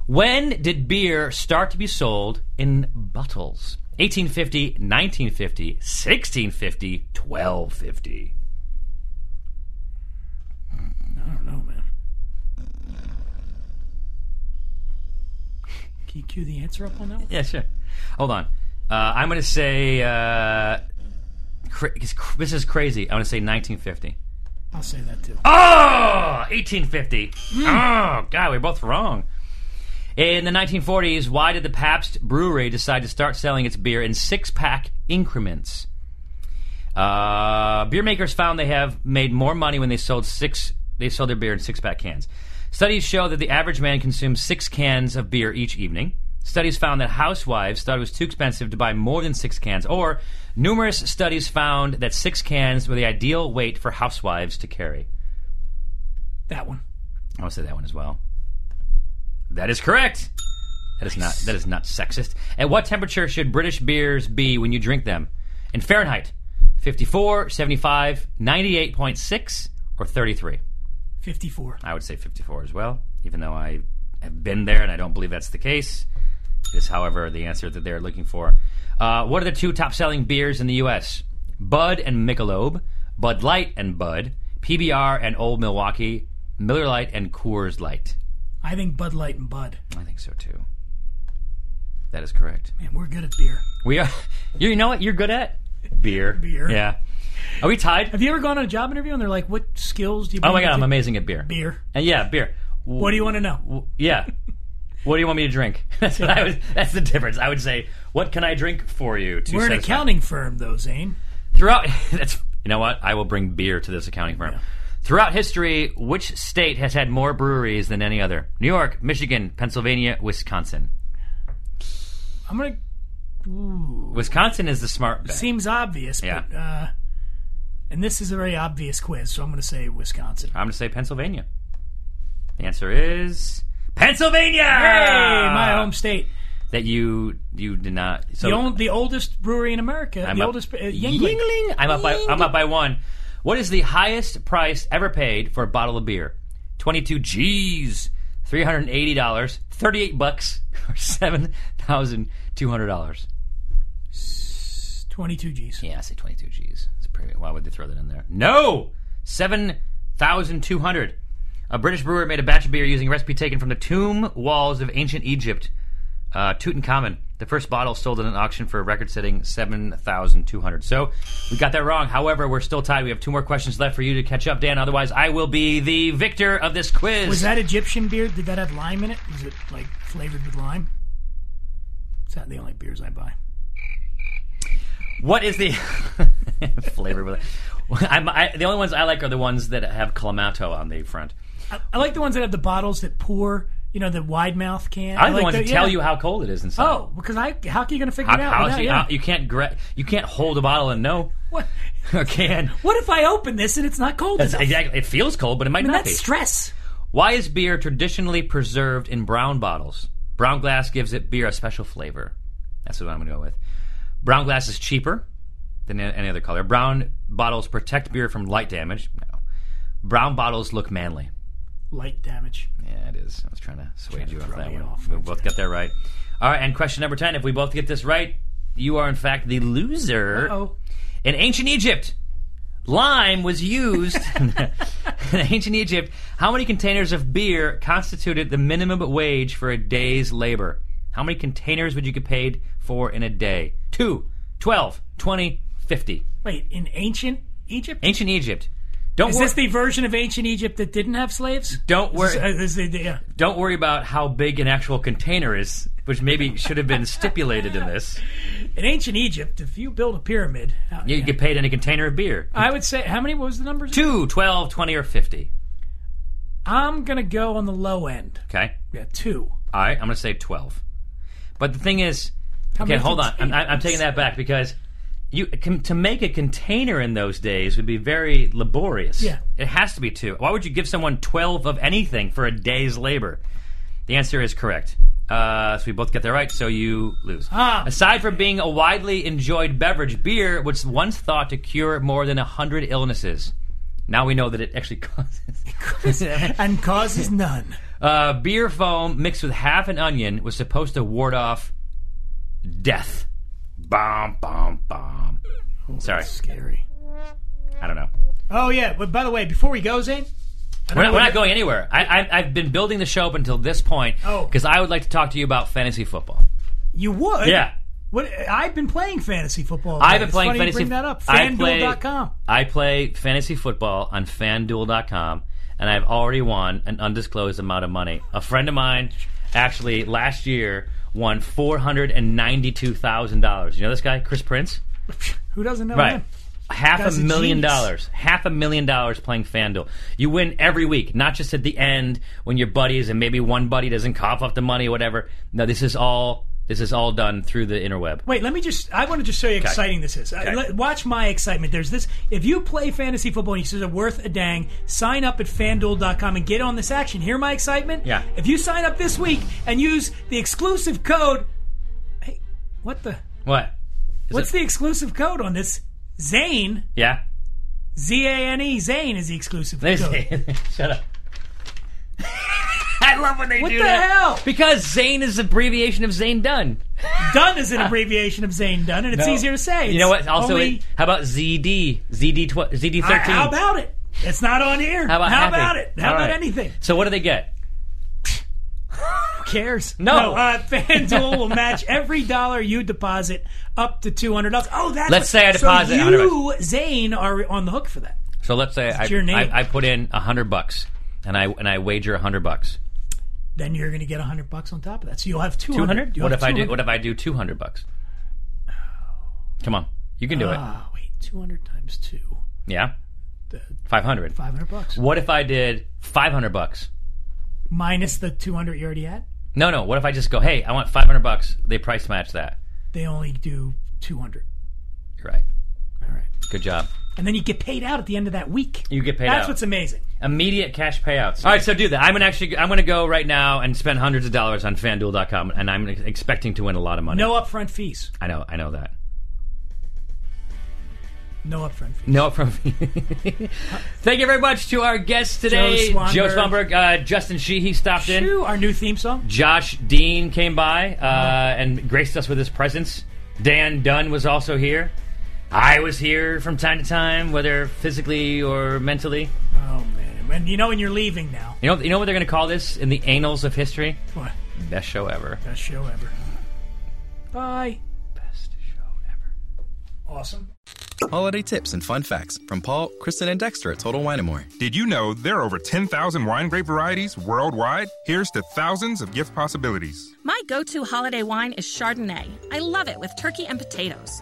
B: When did beer start to be sold in bottles? 1850, 1950, 1650, 1250.
C: I don't know, man. Can you cue the answer up on that one?
B: Yeah, sure. Hold on. Uh, I'm going to say. Uh, cra- it's cr- this is crazy. I'm going to say 1950.
C: I'll say that too.
B: Oh, 1850. Oh, God, we're both wrong. In the 1940s, why did the Pabst Brewery decide to start selling its beer in six pack increments? Uh, beer makers found they have made more money when they sold six. They sold their beer in six pack cans. Studies show that the average man consumes six cans of beer each evening. Studies found that housewives thought it was too expensive to buy more than six cans, or numerous studies found that six cans were the ideal weight for housewives to carry.
C: That one.
B: I want to say that one as well. That is correct. That is not that is not sexist. At what temperature should British beers be when you drink them? In Fahrenheit, 54, 75, 98.6 or 33?
C: 54.
B: I would say 54 as well, even though I have been there and I don't believe that's the case. It is, however, the answer that they're looking for. Uh, what are the two top selling beers in the U.S.? Bud and Michelob, Bud Light and Bud, PBR and Old Milwaukee, Miller Light and Coors Light.
C: I think Bud Light and Bud.
B: I think so too. That is correct.
C: Man, we're good at beer.
B: We are. You know what you're good at? Beer.
C: Beer.
B: Yeah. Are we tied?
C: Have you ever gone on a job interview and they're like, "What skills do you?"
B: Oh my
C: bring
B: god,
C: to-"
B: I'm amazing at beer.
C: Beer.
B: And yeah, beer.
C: What do you want to know?
B: Yeah. what do you want me to drink? That's what I would, That's the difference. I would say, what can I drink for you? To
C: We're an
B: satisfy-
C: accounting firm, though, Zane.
B: Throughout, that's you know what? I will bring beer to this accounting firm. Throughout history, which state has had more breweries than any other? New York, Michigan, Pennsylvania, Wisconsin.
C: I'm gonna. Ooh,
B: Wisconsin is the smart. bet.
C: seems obvious,
B: Yeah.
C: but uh, and this is a very obvious quiz, so I'm gonna say Wisconsin.
B: I'm going to say Pennsylvania. The answer is Pennsylvania.
C: Hey, my home state.
B: That you you did not. So
C: The, old, the oldest brewery in America.
B: I'm
C: the
B: up-
C: oldest. Uh, Yingling.
B: Yingling. I'm up by I'm up by one. What is the highest price ever paid for a bottle of beer? Twenty two G's, three hundred and eighty dollars, thirty eight bucks, or seven thousand two hundred dollars.
C: 22 G's.
B: Yeah, I say twenty two G's. It's pretty, why would they throw that in there? No, seven thousand two hundred. A British brewer made a batch of beer using a recipe taken from the tomb walls of ancient Egypt, uh, Tutankhamun. The first bottle sold at an auction for a record-setting seven thousand two hundred. So we got that wrong. However, we're still tied. We have two more questions left for you to catch up, Dan. Otherwise, I will be the victor of this quiz.
C: Was that Egyptian beer? Did that have lime in it? Was it like flavored with lime? Is that the only beers I buy?
B: What is the flavor? with it? I'm, I, the only ones I like are the ones that have clamato on the front.
C: I, I like the ones that have the bottles that pour. You know, the wide mouth can.
B: I like the ones
C: that
B: that tell you how cold it is inside.
C: Oh, because I how are you going to figure
B: How,
C: it out?
B: how
C: without-
B: is he-
C: yeah.
B: how- you can't gra- you can't hold a bottle and know
C: what,
B: or can.
C: what if I open this and it's not cold
B: That's
C: enough?
B: exactly. It feels cold, but it might
C: I mean,
B: not
C: that's
B: be.
C: stress.
B: Why is beer traditionally preserved in brown bottles? Brown glass gives it beer a special flavor. That's what I'm going to go with. Brown glass is cheaper than a- any other color. Brown bottles protect beer from light damage. No. Brown bottles look manly.
C: Light damage.
B: Yeah, it is. I was trying to sway you off
C: throw
B: that
C: me
B: one.
C: off.
B: We both got that right. All right, and question number 10. If we both get this right, you are, in fact, the loser.
C: Oh,
B: In ancient Egypt, lime was used. in ancient Egypt, how many containers of beer constituted the minimum wage for a day's labor? How many containers would you get paid for in a day? Two, 12, 20, 50.
C: wait. In ancient Egypt,
B: Ancient Egypt. Don't
C: is
B: wor-
C: this the version of ancient Egypt that didn't have slaves?
B: Don't worry.
C: Is- uh, is it- yeah.
B: don't worry about how big an actual container is, which maybe should have been stipulated in this.
C: In ancient Egypt, if you build a pyramid, how-
B: You get paid in a container of beer.
C: I would say how many what was the numbers?
B: Two, 12, 20, or 50.
C: I'm gonna go on the low end.
B: Okay?
C: Yeah, two.
B: All right, I'm going to say 12. But the thing is, okay,
C: many
B: hold on. I'm, I'm I'm
C: containers?
B: taking that back because you com- to make a container in those days would be very laborious.
C: Yeah.
B: It has to be two. Why would you give someone 12 of anything for a day's labor? The answer is correct. Uh, so we both get that right, so you lose.
C: Ah.
B: Aside from being a widely enjoyed beverage, beer was once thought to cure more than 100 illnesses. Now we know that it actually causes.
C: And causes none.
B: Uh, beer foam mixed with half an onion was supposed to ward off death. Bomb, bomb, bomb. Sorry,
C: Scary.
B: I don't know.
C: Oh yeah. But by the way, before we go, Zane,
B: We're not, we're not going anywhere. I, I, I've been building the show up until this point
C: Oh.
B: because I would like to talk to you about fantasy football.
C: you would.
B: Yeah.
C: What I've been playing fantasy football.
B: I've
C: today.
B: been
C: It's
B: playing
C: funny
B: fantasy.
C: You bring that up.
B: I play-
C: FanDuel.com.
B: I play fantasy football on FanDuel.com, and I've already won an undisclosed amount of money. A friend of mine, actually, last year won four hundred and ninety-two thousand dollars. You know this guy, Chris Prince.
C: Who doesn't know
B: Right.
C: him?
B: Half
C: Guy's
B: a
C: a
B: million
C: genius.
B: dollars. Half a million dollars playing FanDuel. You win every week, not just at the end when your buddies and maybe one buddy doesn't cough up the money or whatever. No, this is all this is all done through the interweb.
C: Wait, let me just. I want to just show you how exciting this is. Uh, let- watch my excitement. There's this. If you play fantasy football and you says are worth a dang, sign up at fanduel.com and get on this action. Hear my excitement?
B: Yeah.
C: If you sign up this week and use the exclusive code. Hey, what the?
B: What? Is
C: What's
B: it-
C: the exclusive code on this? Zane
B: Yeah.
C: Z A N E Zane is the exclusive code.
B: Shut up. I love when they
C: What
B: do
C: the
B: that.
C: hell?
B: Because Zane is an abbreviation of Zane Dunn.
C: Dunn is an abbreviation of Zane Dunn, and it's
B: No.
C: easier to say.
B: You know what? Also,
C: Only-
B: it- how about ZD? ZD, tw- ZD 13?
C: I- how about it? It's not on here.
B: How about, happy?
C: it? How
B: All
C: about
B: right.
C: anything?
B: So what do they get?
C: Who cares?
B: No.
C: uh, FanDuel will match every dollar you deposit up to two hundred dollars. Oh, that's
B: Let's say I
C: so
B: deposit
C: You, Zane, are on the hook for that.
B: So let's say I,
C: your name.
B: I, I put in a hundred bucks, and I and I wager a hundred bucks.
C: Then you're going to get hundred bucks on top of that. So you'll have two
B: Two
C: Oh, hundred.
B: hundred? What if I do? What if I do two hundred bucks? Come on, you can do it.
C: Ah, wait, two hundred times two,
B: Yeah, five hundred.
C: five hundred bucks
B: What if I did five hundred bucks?
C: minus the two hundred you already had.
B: No, no. What if I just go? Hey, I want five hundred bucks. They price match that.
C: They only do two hundred.
B: You're right.
C: All right,
B: Good job.
C: and then you get paid out at the end of that week.
B: You get paid
C: That's
B: out.
C: what's amazing.
B: Immediate cash payouts. All right, so do that. I'm gonna actually. I'm gonna go right now and spend hundreds of dollars on FanDuel.com, and I'm ex- expecting to win a lot of money.
C: No upfront fees.
B: I know. I know that.
C: No upfront fees.
B: No, from thank you very much to our guests today,
C: Joe Swanberg.
B: Swanberg, uh, Justin Sheehy stopped in,
C: Shoo, our new theme song.
B: Josh Dean came by uh, and graced us with his presence. Dan Dunn was also here. I was here from time to time, whether physically or mentally.
C: Oh man, and you know when you're leaving now.
B: You know, you know what they're going to call this in the annals of history?
C: What?
B: Best show ever.
C: Best show ever. Bye.
B: Best show ever.
C: Awesome.
J: Holiday tips and fun facts from Paul, Kristen, and Dexter at Total Wine & More.
K: Did you know there are over 10,000 wine grape varieties worldwide? Here's to thousands of gift possibilities.
L: My go to holiday wine is Chardonnay. I love it with turkey and potatoes.